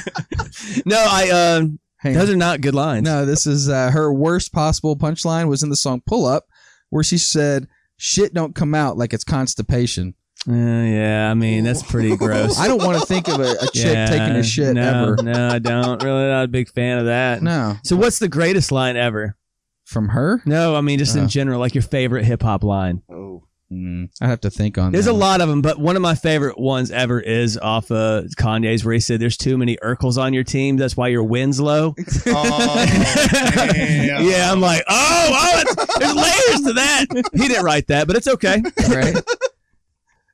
A: no, I. Um,
B: Hang on.
A: those are not good lines.
B: No, this is uh, her worst possible punchline was in the song "Pull Up," where she said, "Shit don't come out like it's constipation."
A: Uh, yeah, I mean that's pretty gross.
B: I don't want to think of a, a chick
A: Yeah,
B: taking a shit
A: no,
B: ever.
A: No, I don't. Really, not a big fan of that.
B: No,
A: So, what's the greatest line ever?
B: from her,
A: No, I mean just
B: Uh.
A: in general, like your favorite hip hop line.
D: Oh.
B: mm, I have to think on.
A: There's
B: that
A: a
B: one.
A: lot of them, but one of my favorite ones ever is off of Kanye's where he said, "There's too many Urkels on your team. That's why your wins low."
D: Oh, damn.
A: yeah, I'm like, oh, oh, it's, there's layers to that. He didn't write that, but it's okay.
B: right?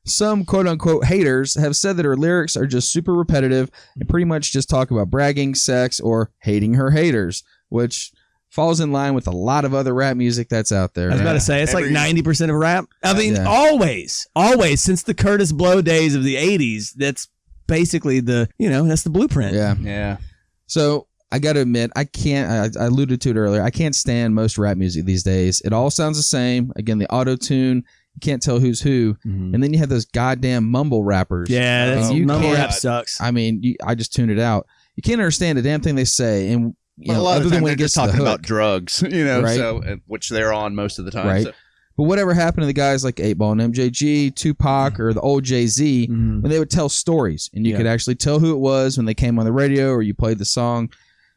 B: Some quote unquote haters have said that her lyrics are just super repetitive and pretty much just talk about bragging, sex, or hating her haters, which falls in line with a lot of other rap music that's out there.
A: I was about to say it's like
D: Every-
A: ninety percent of rap. I mean,
B: Yeah.
A: always, always since the Curtis Blow days of the '80s, that's basically the you know that's the blueprint.
B: Yeah.
D: Yeah.
B: So I got to admit, I can't, I, I alluded to it earlier, I can't stand most rap music these days. It all sounds the same. Again, the auto tune You can't tell who's who.
A: Mhm.
B: And then you have those goddamn mumble rappers.
A: Yeah, that's,
B: And Oh, you
A: mumble
B: can't-
A: rap sucks.
B: I mean, you, I just tuned it out. You can't understand a damn thing they say, and you
D: But
B: know,
D: a lot
B: other
D: of the
B: than
D: time
B: when
D: they're
B: it gets
D: just
B: to the
D: talking
B: hook.
D: about drugs, you know,
B: Right.
D: so and- which they're on most of the time.
B: Right.
D: so-
B: But whatever happened to the guys like Eight Ball and MJG, Tupac, or the old Jay Z,
A: Mhm.
B: when they would tell stories, and you
A: Yeah.
B: could actually tell who it was when they came on the radio or you played the song.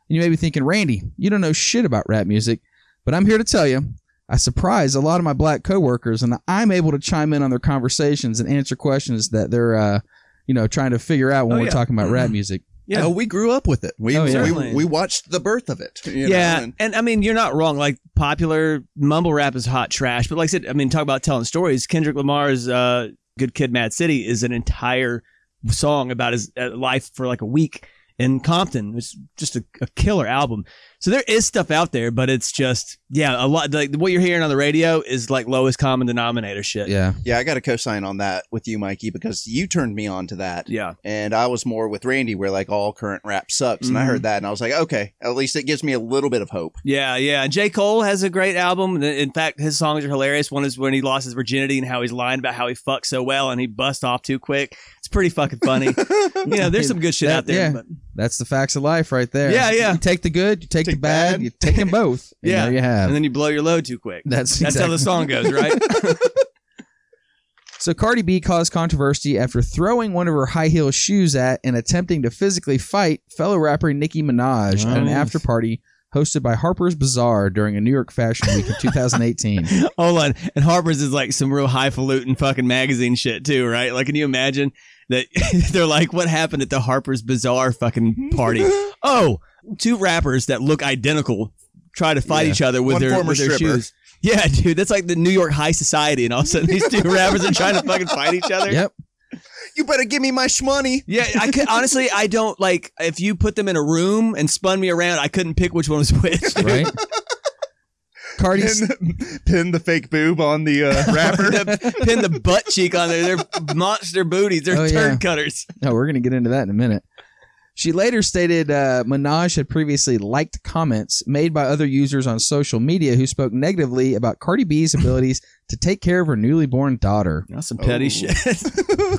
B: And you may be thinking, Randy, you don't know shit about rap music, but I'm here to tell you, I surprise a lot of my black coworkers, and I'm able to chime in on their conversations and answer questions that they're, uh, you know, trying to figure out when
A: Oh,
B: we're
A: yeah.
B: talking about rap music.
A: Yeah.
D: No, Oh, we grew up with it. We
B: Oh, yeah.
D: we,
A: Certainly.
D: we watched the birth of it. you know,
A: yeah,
D: and-
A: and I mean you're not wrong. Like popular mumble rap is hot trash, but like I said, I mean talk about telling stories. Kendrick Lamar's uh, "Good Kid, Mad City" is an entire song about his uh, life for like a week in Compton. It's just a, a killer album. So there is stuff out there, but it's just yeah, a lot. Like what you're hearing on the radio is like lowest common denominator shit.
B: Yeah.
D: yeah, I got to co-sign on that with you, Mikey, because you turned me on to that,
A: yeah.
D: and I was more with Randy, where like all current rap sucks, and I
A: Mhm.
D: heard that, and I was like, okay, at least it gives me a little bit of hope.
A: Yeah, yeah. J. Cole has a great album. In fact, his songs are hilarious. One is when he lost his virginity and how he's lying about how he fucked so well and he bust off too quick. It's pretty fucking funny. you know, there's some good shit
B: That-
A: out there.
B: yeah.
A: But
B: That's the facts of life right there.
A: Yeah, yeah.
B: You take the good, you take, the bad, you take them both. and
A: Yeah.
B: there you have.
A: and then you blow your load too quick.
B: that's
A: That's how
B: exactly-
A: the song goes, right?
B: So Cardi B caused controversy after throwing one of her high heel shoes at and attempting to physically fight fellow rapper Nicki Minaj at an
A: Nice.
B: after party hosted by Harper's Bazaar during a New York Fashion Week in 2018.
A: Hold on. And Harper's is like some real highfalutin fucking magazine shit too, right? Like, can you imagine that they're like, what happened at the Harper's Bazaar fucking party? oh, two rappers that look identical try to fight
B: Yeah.
A: each other with
D: One
A: their,
D: former
A: with their
D: stripper.
A: shoes. Yeah, dude, that's like the New York high society, and all of a sudden these two rappers are trying to fucking fight each other.
B: yep.
D: You better give me my shmoney.
A: Yeah, I could honestly, I don't like if you put them in a room and spun me around, I couldn't pick which one was which.
B: Right. Cardi.
D: Pin, pin the fake boob on the uh, wrapper.
A: Pin the butt cheek on there. They're monster booties. They're
B: Oh, yeah.
A: turd cutters.
B: No, we're going to get into that in a minute. She later stated uh, Minaj had previously liked comments made by other users on social media who spoke negatively about Cardi B's abilities to take care of her newly born daughter.
A: That's some petty
D: Oh.
A: shit.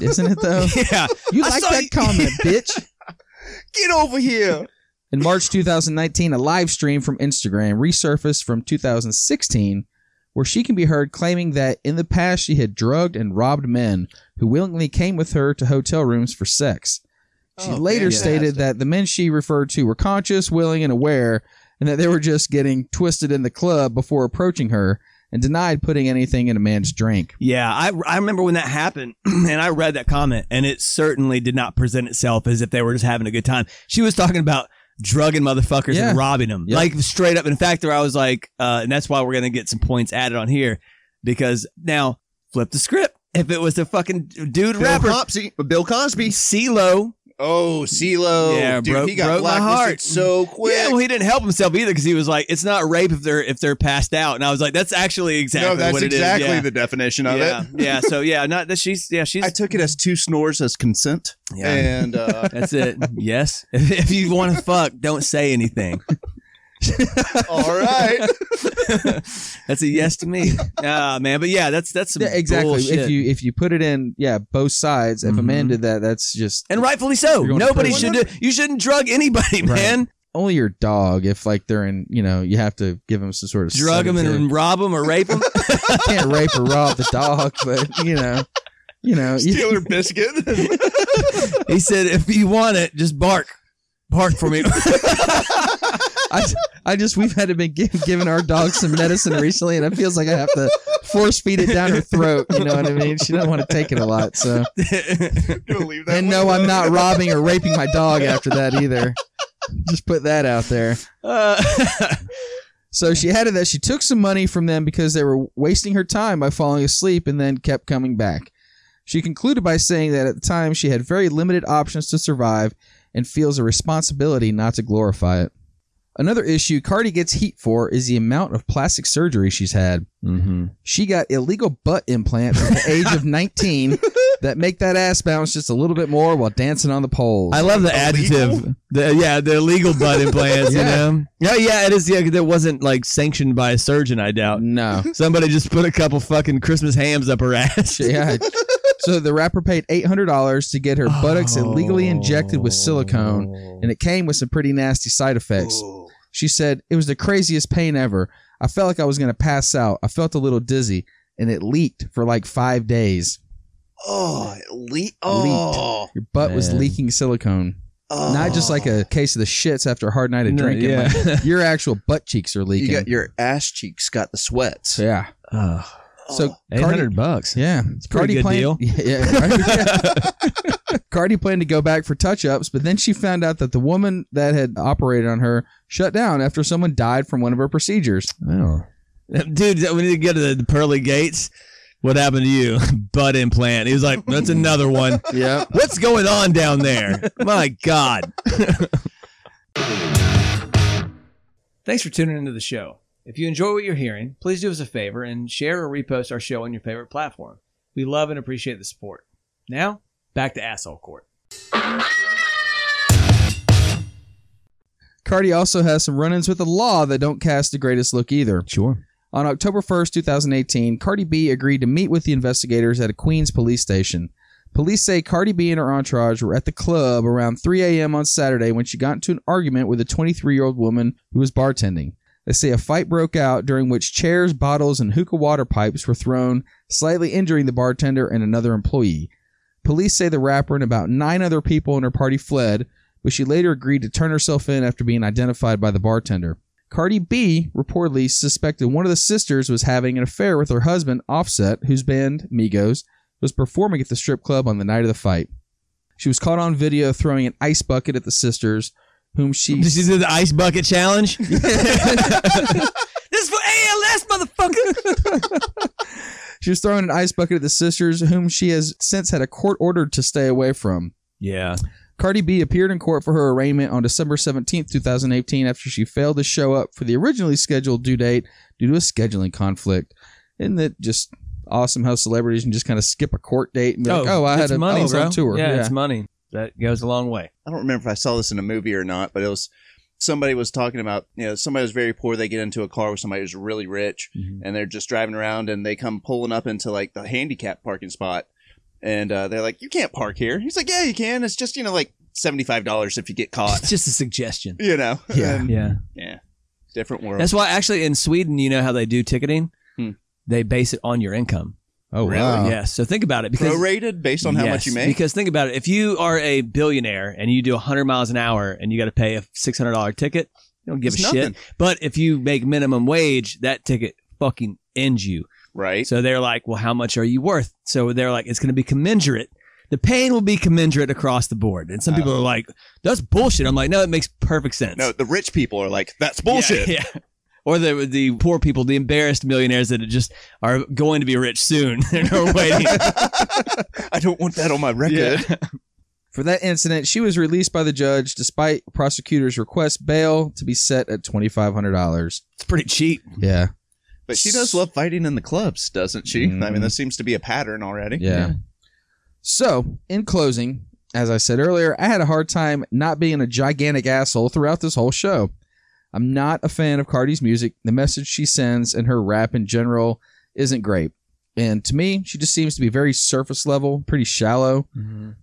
B: Isn't it though?
A: yeah.
B: You
A: I
B: like
A: saw
B: that
A: you-
B: comment, bitch.
D: Get over here.
B: In March 2019, a live stream from Instagram resurfaced from 2016 where she can be heard claiming that in the past she had drugged and robbed men who willingly came with her to hotel rooms for sex. She
D: Oh,
B: later
D: fantastic.
B: stated that the men she referred to were conscious, willing, and aware, and that they were just getting twisted in the club before approaching her, and denied putting anything in a man's drink.
A: Yeah. I, I remember when that happened and I read that comment and it certainly did not present itself as if they were just having a good time. She was talking about drugging motherfuckers
B: Yeah.
A: and robbing them.
B: Yep.
A: Like straight up. In fact, there I was like, uh, and that's why we're going to get some points added on here because now flip the script. If it was a fucking dude rapper,
D: Copsy, Bill Cosby.
A: CeeLo.
D: Oh, CeeLo.
A: Yeah,
D: Dude,
A: broke-
D: he got
A: broke my
D: blacklisted
A: heart.
D: so quick.
A: Yeah, well, he didn't help himself either because he was like, "It's not rape if they're if they're passed out." And I was like, "That's actually exactly
D: no, that's
A: what it is."
D: exactly
A: Yeah.
D: the definition of
A: yeah,
D: it.
A: yeah. So yeah, not that she's yeah she's
D: I took it as two snores as consent.
A: yeah.
D: And uh,
A: That's it. Yes. If, if you want to fuck, don't say anything.
D: all right.
A: that's a yes to me. Ah, man. But yeah, that's that's some
B: Yeah, exactly.
A: bullshit.
B: If you if you put it in, yeah, both sides. If a man
A: Mhm.
B: did that, that's just
A: and rightfully so.
B: You're going to
A: Nobody should.
B: prison.
A: Do, you shouldn't drug anybody,
B: Right.
A: man.
B: only your dog if like they're in you know you have to give them some sort of
A: Drug them
B: sedative.
A: and rob them or rape them.
B: you can't rape or rob the dog but you know you know you-
D: Stealer biscuit.
A: he said, "If you want it, just bark, bark for me."
B: I, I just we've had to been give, giving our dog some medicine recently and it feels like I have to force feed it down her throat you know what I mean she doesn't want to take it a lot so
D: Gonna leave that
B: and
D: one
B: no I'm
D: alone.
B: not robbing or raping my dog after that either just put that out there
A: uh,
B: So she added that she took some money from them because they were wasting her time by falling asleep and then kept coming back. She concluded by saying that at the time she had very limited options to survive and feels a responsibility not to glorify it. Another issue Cardi gets heat for is the amount of plastic
A: Mm-hmm.
B: surgery she's had. She got illegal butt implants at the age of 19 that make that ass bounce just a little bit more while dancing on the poles.
A: I love the adjective. The, yeah, the illegal butt implants.
B: Yeah.
A: You know. Yeah, yeah, it is. Yeah, 'cause it wasn't like sanctioned by a surgeon. I doubt.
B: no.
A: Somebody just put a couple fucking Christmas hams up her ass.
B: Yeah. so the rapper paid eight hundred dollars to get her
A: Oh.
B: buttocks illegally injected with silicone, and it came with some pretty nasty side effects.
D: Oh,
B: She said it was the craziest pain ever. I felt like I was gonna pass out. I felt a little dizzy, and it leaked for like five days.
D: Oh, it le- oh,
B: Your butt was
A: Man.
B: leaking silicone,
D: oh.
B: not just like a case of the shits after a hard night of
A: No,
B: drinking.
A: yeah.
B: like, your actual butt cheeks are leaking.
D: You got your ass cheeks got the sweats.
B: yeah.
A: Oh,
B: So
A: eight
B: Cardi-
A: hundred bucks.
B: Yeah, it's
A: pretty good deal.
B: Yeah, yeah, right? Yeah. Cardi planned to go back for touch-ups, but then she found out that the woman that had operated on her shut down after someone died from one of her procedures.
A: Dude, we need to get to the pearly gates. What happened to you? Butt implant. He was like, that's another one.
B: Yeah,
A: What's going on down there? My God.
G: Thanks for tuning into the show. If you enjoy what you're hearing, please do us a favor and share or repost our show on your favorite platform. We love and appreciate the support. Now, back to Asshole Court.
B: Cardi also has some run-ins with the law that don't cast the greatest look either.
A: Sure.
B: On October 1st, 2018, Cardi B agreed to meet with the investigators at a Queens police station. Police say Cardi B and her entourage were at the club around 3 a.m. on Saturday when she got into an argument with a 23 year old woman who was bartending. They say a fight broke out during which chairs, bottles, and hookah water pipes were thrown, slightly injuring the bartender and another employee. Police say the rapper and about nine other people in her party fled, but she later agreed to turn herself in after being identified by the bartender. Cardi B reportedly suspected one of the sisters was having an affair with her husband, Offset, whose band, Migos, was performing at the strip club on the night of the fight. She was caught on video throwing an ice bucket at the sisters, whom she.
A: This is the ice bucket challenge. this is for ALS, motherfucker.
B: She was throwing an ice bucket at the sisters, whom she has since had a court order to stay away from.
A: Yeah.
B: Cardi B appeared in court for her arraignment on December 17, 2018, after she failed to show up for the originally scheduled due date due to a scheduling conflict. Isn't it just awesome how celebrities can just kind of skip a court date and be like, oh, I had
G: it's
B: a,
G: money,
B: I was
G: bro.
B: on tour.
G: Yeah, it's money. That goes a long way.
D: I don't remember if I saw this in a movie or not, but it was somebody was talking about you know somebody was very poor. They get into a car with somebody who's really rich,
B: Mhm.
G: Mm-hmm.
D: and they're just driving around, and they come pulling up into like the handicap parking spot, and uh, they're like, "You can't park here." He's like, "Yeah, you can. It's just you know like seventy five dollars if you get caught."
G: It's just a suggestion.
D: you know,
B: Yeah.
D: And,
G: Yeah.
D: yeah, different world.
G: That's why, actually, in Sweden, you know how they do ticketing?
D: Hmm.
G: They base it on your income.
B: Oh,
D: Really?
B: wow.
G: Yes. So think about it. Because
D: prorated based on how
G: Yes,
D: much you make.
G: Because think about it. If you are a billionaire and you do 100 miles an hour and you got to pay a $600 ticket, you don't give
D: It's
G: a
D: nothing.
G: shit. But if you make minimum wage, that ticket fucking ends you.
D: right?
G: So they're like, well, how much are you worth? So they're like, it's going to be commensurate. The pain will be commensurate across the board. And some people are like, that's bullshit. I'm like, no, it makes perfect sense.
D: Uh-huh. no,
G: Yeah,
D: the rich people are like, "That's bullshit."
G: Yeah. Or the, the poor people, the embarrassed millionaires that are just are going to be rich soon. They're waiting.
D: I don't want that on my record.
B: For that incident, she was released by the judge despite prosecutors' request bail to be set at $2,500.
G: It's pretty cheap.
B: Yeah.
D: But she does love fighting in the clubs, doesn't she? I mean,
B: Mhm.
D: that seems to be a pattern already.
B: Yeah. So, in closing, as I said earlier, I had a hard time not being a gigantic asshole throughout this whole show. I'm not a fan of Cardi's music. The message she sends and her rap in general isn't great. And to me, she just seems to be very surface level, pretty shallow.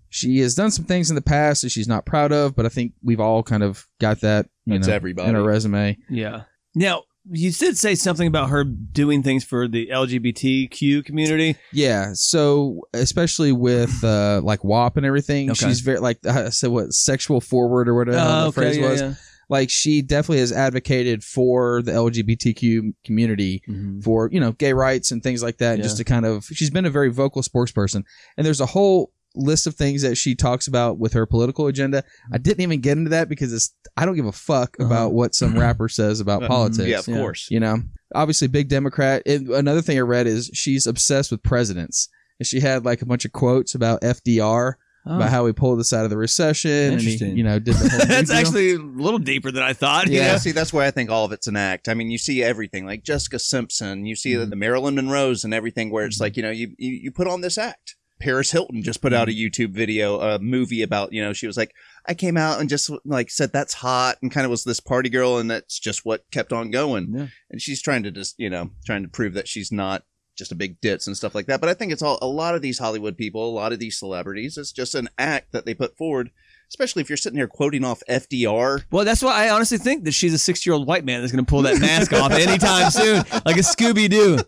B: She has done some things in the past that she's not proud of, but I think we've all kind of got that, you
D: That's
B: know,
D: everybody.
B: in her resume.
G: Yeah. Now, you did say something about her doing things for the LGBTQ community.
B: Yeah, so especially with uh, like WAP and everything,
G: Okay.
B: she's very like I said what sexual forward or whatever Uh, the hell
G: Oh,
B: the
G: okay,
B: phrase
G: yeah,
B: was.
G: yeah.
B: Like she definitely has advocated for the LGBTQ community for you know gay rights and things like that.
G: Yeah.
B: Just to kind of she's been a very vocal spokesperson, and there's a whole list of things that she talks about with her political agenda. I didn't even get into that because it's I don't give a fuck
G: Mm. Uh-huh.
B: about what some rapper says about
D: Uh,
B: politics.
D: Yeah, of
G: Yeah.
D: course.
B: You know, obviously, big Democrat. And another thing I read is she's obsessed with presidents. And she had like a bunch of quotes about FDR,
G: Oh.
A: Ah.
B: about how he pulled us out of the recession. And he,
G: Interesting.
B: you know, did the whole
G: That's
B: New Deal.
G: actually a little deeper than I thought. you
D: Yeah.
G: know?
D: see, that's why I think all of it's an act. I mean, you see everything, like Jessica Simpson, you see the Marilyn Monroe's and everything, where it's like, you know, you, you, you put on this act. Paris Hilton just put out a YouTube video, a movie about, you know, she was like, I came out and just like said that's hot and kind of was this party girl and that's just what kept on going.
A: Yeah.
D: And she's trying to just, you know, trying to prove that she's not just a big ditz and stuff like that. But I think it's all a lot of these Hollywood people, a lot of these celebrities, it's just an act that they put forward, especially if you're sitting here quoting off FDR.
A: Well, that's why I honestly think that she's a 60 year old white man that's going to pull that mask off anytime soon, like a Scooby Doo.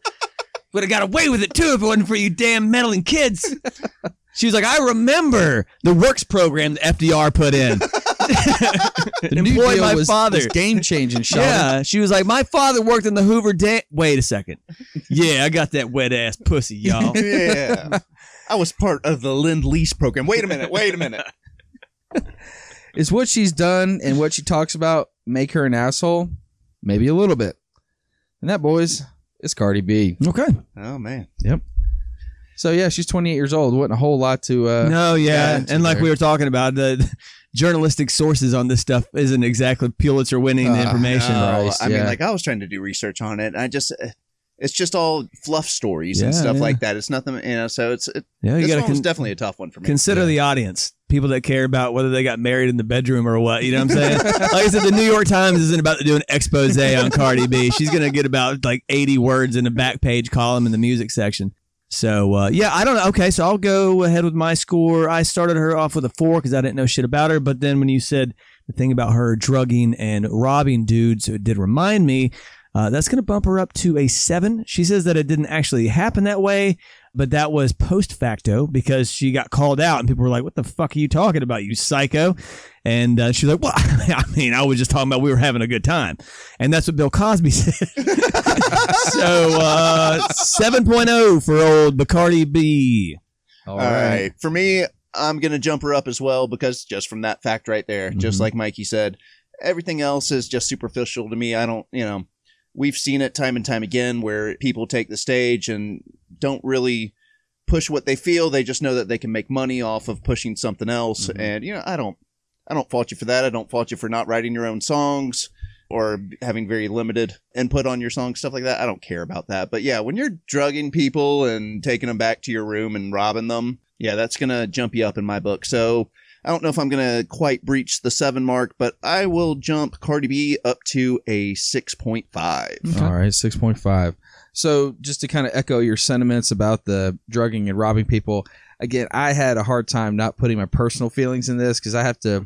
A: Would have got away with it too if it wasn't for you damn meddling kids. She was like, I remember the works program that FDR put in.
B: The new
A: Employ
B: deal
A: my
B: was,
A: father.
B: was game changing, Sean.
A: Yeah, she was like, my father worked in the Hoover Dam. Wait a second. Yeah, I got that wet ass pussy, y'all.
D: yeah. I was part of the Lend Lease program. Wait a minute. Wait a minute.
B: Is what she's done and what she talks about make her an asshole? Maybe a little bit. And that, boys, is Cardi B.
A: Okay.
D: Oh, man.
B: So yeah, she's 28 years old. Wasn't a whole lot to. Uh,
A: No, yeah,
B: that's
A: and like
B: fair.
A: we were talking about the. Journalistic sources on this stuff isn't exactly Pulitzer winning
B: Ah,
A: information.
B: no.
D: Oh,
B: Christ,
D: I
B: yeah.
D: mean, like I was trying to do research on it. And I just, uh, it's just all fluff stories and
A: Yeah,
D: stuff
A: yeah.
D: like that. It's nothing, you know. So it's it,
A: Yeah, you
D: this
A: got to
D: one was definitely a tough one for me.
A: Consider the audience, people that care about whether they got married in the bedroom or what. You know what I'm saying? like I said, the New York Times isn't about to do an expose on Cardi B. She's gonna get about like 80 words in a back page column in the music section. So uh, yeah, I don't know. Okay, so I'll go ahead with my score. I started her off with a four because I didn't know shit about her. But then when you said the thing about her drugging and robbing dudes, it did remind me. Uh, that's going to bump her up to a seven. She says that it didn't actually happen that way, but that was post facto because she got called out and people were like, "What the fuck are you talking about, you psycho?" And uh, she's like, "Well, I mean, I was just talking about we were having a good time," and that's what Bill Cosby said. so uh, 7.0 for old Bacardi B.
B: All
D: All right. For me, I'm going to jump her up as well because just from that fact right there, just
A: Mhm.
D: like Mikey said, everything else is just superficial to me. I don't, you know, we've seen it time and time again where people take the stage and don't really push what they feel. They just know that they can make money off of pushing something else. And, you know, I don't, I don't fault you for that. I don't fault you for not writing your own songs or having very limited input on your song, stuff like that. I don't care about that. But yeah, when you're drugging people and taking them back to your room and robbing them, yeah, that's going to jump you up in my book. So I don't know if I'm going to quite breach the seven mark, but I will jump Cardi B up to a 6.5.
B: All right, 6.5. So, just to kind of echo your sentiments about the drugging and robbing people, again, I had a hard time not putting my personal feelings in this because I have to.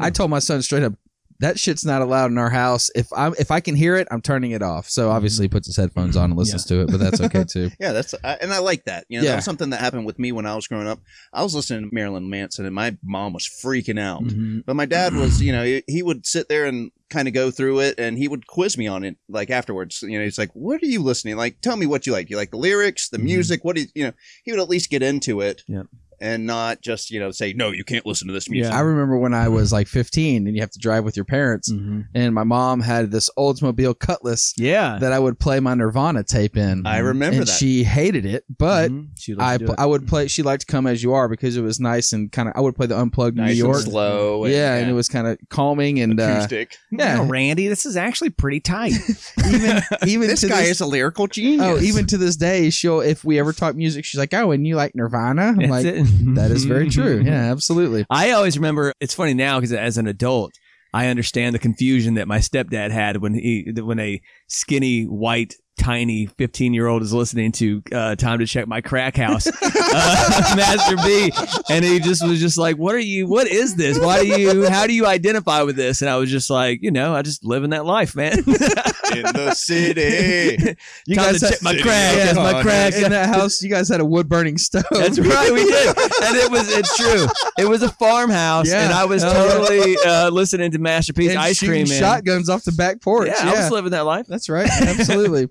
B: I told my son straight up, that shit's not allowed in our house. If I am if I can hear it, I'm turning it off. So obviously, he puts his headphones on and listens to it, but that's okay too.
D: Yeah, that's, I, and I like that. You know,
B: Yeah.
D: that was something that happened with me when I was growing up. I was listening to Marilyn Manson and my mom was freaking out.
A: Mm-hmm,
D: But my dad was, you know, he- he would sit there and kind of go through it and he would quiz me on it like afterwards. You know, he's like, What are you listening? Like, tell me what you like. Do you like the lyrics, the
B: Mm-hmm.
A: Mhm.
D: music? What do you, you know, he would at least get into it
A: Yep.
D: and not just, you know, say, No, you can't listen to this music.
A: Yeah.
B: I remember when I was like 15 and you have to drive with your
D: Mm.
B: parents,
A: mm-hmm.
B: and my mom had this Oldsmobile Cutlass
A: Yeah.
B: that I would play my Nirvana tape in.
D: I remember
B: and
D: that.
B: she hated it, but
A: Mhm. She
B: I,
A: likes to do
B: pl-
A: it.
B: I would play. She liked "Come as You Are" because it was nice and kind of. I would play the unplugged
D: nice
B: New York,
D: and slow. And,
B: yeah, and it was kind of calming and uh,
D: acoustic.
B: yeah.
A: Randy, this is actually pretty tight.
B: Even even
D: this
B: to
D: guy
B: this,
D: is a lyrical genius.
B: oh, even to this day, she'll if we ever talk music, she's like, "Oh, and you like Nirvana?" I'm like, "That is very
A: Mm-hmm.
B: true." Yeah, absolutely.
A: I always remember. It's funny now because as an adult, I understand the confusion that my stepdad had when he that when a skinny white tiny 15 year old is listening to uh, time to check my crack house uh, master b and he just was just like what are you what is this why do you how do you identify with this and i was just like you know i just living that life man
D: in the city.
B: You
A: time
B: guys
A: to
B: had-
A: check my crack
B: Yeah,
A: that's my
B: oh,
A: crack
B: in that house. You guys had a wood burning stove.
A: That's right, we did, and it was it's true. It was a farmhouse,
B: Yeah.
A: and I was
B: Oh.
A: totally uh, listening to Masterpiece
B: And
A: Ice Cream
B: shooting
A: Man.
B: shotguns off the back porch.
A: yeah, I was living that life.
B: That's right. Absolutely.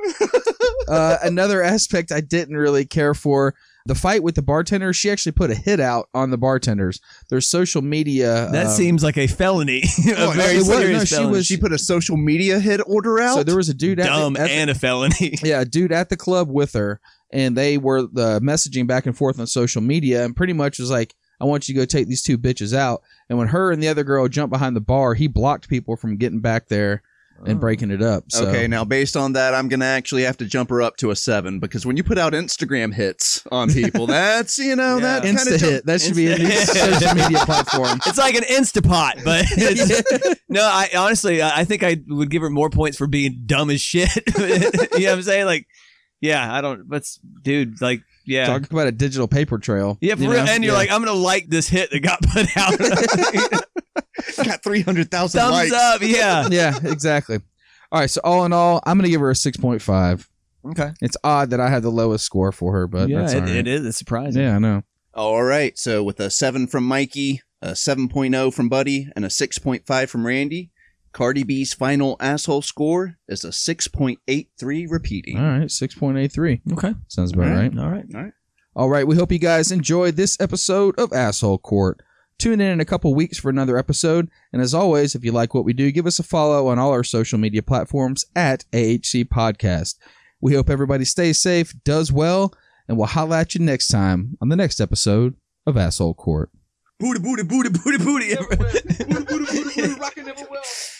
B: uh, another aspect I didn't really care for the fight with the bartender. She actually put a hit out on the bartenders. Their social media.
A: That
B: um,
A: seems like a felony, a
D: Oh,
A: very
B: it was-
A: serious
B: no, she
A: felony.
B: was-
D: She put a social media hit order out.
B: So there was a dude at the-
A: dumb
B: at the,
A: and a felony.
B: yeah, a dude at the club with her, and they were the messaging back and forth on social media, and pretty much was like, "I want you to go take these two bitches out." And when her and the other girl jumped behind the bar, he blocked people from getting back there. and breaking it up. So.
D: Oh. Okay, now based on that, I'm gonna actually have to jump her up to a seven because when you put out Instagram hits on people, that's you know that
G: Yeah.
D: kind
B: Insta
D: of
B: hit. That should be a new social media platform.
A: It's like an Instapot, but it's, no, I honestly, I I think I would give her more points for being dumb as shit. you know what I'm saying? Like, yeah, I don't, but dude, like, yeah.
B: Talk about a digital paper trail.
A: yeah, for
B: you
A: real.
B: know?
A: And you're
B: Yeah.
A: like, I'm going to like this hit that got put out.
D: got three hundred thousand likes.
A: Thumbs up. Yeah.
B: yeah, exactly. All right, so all in all, I'm gonna give her a six point five.
G: Okay.
B: It's odd that I had the lowest score for her, but
A: yeah,
B: that's all
A: it,
B: right.
A: it is. It's surprising.
B: Yeah, I know.
D: All right, so with a seven from Mikey, a 7.0 from Buddy, and a 6.5 from Randy, Cardi B's final asshole score is a 6.83 repeating.
B: All right, six point eight three
A: Okay.
B: sounds about
D: All right.
B: right.
A: All right.
B: All right, we hope you guys enjoyed this episode of Asshole Court. Tune in in a couple weeks for another episode, and as always, if you like what we do, give us a follow on all our social media platforms at AHC Podcast. We hope everybody stays safe, does well, and we'll holla at you next time on the next episode of Asshole Court.
D: Booty, booty, booty, booty, booty.
C: Booty, booty, booty, booty, rockin' everywhere.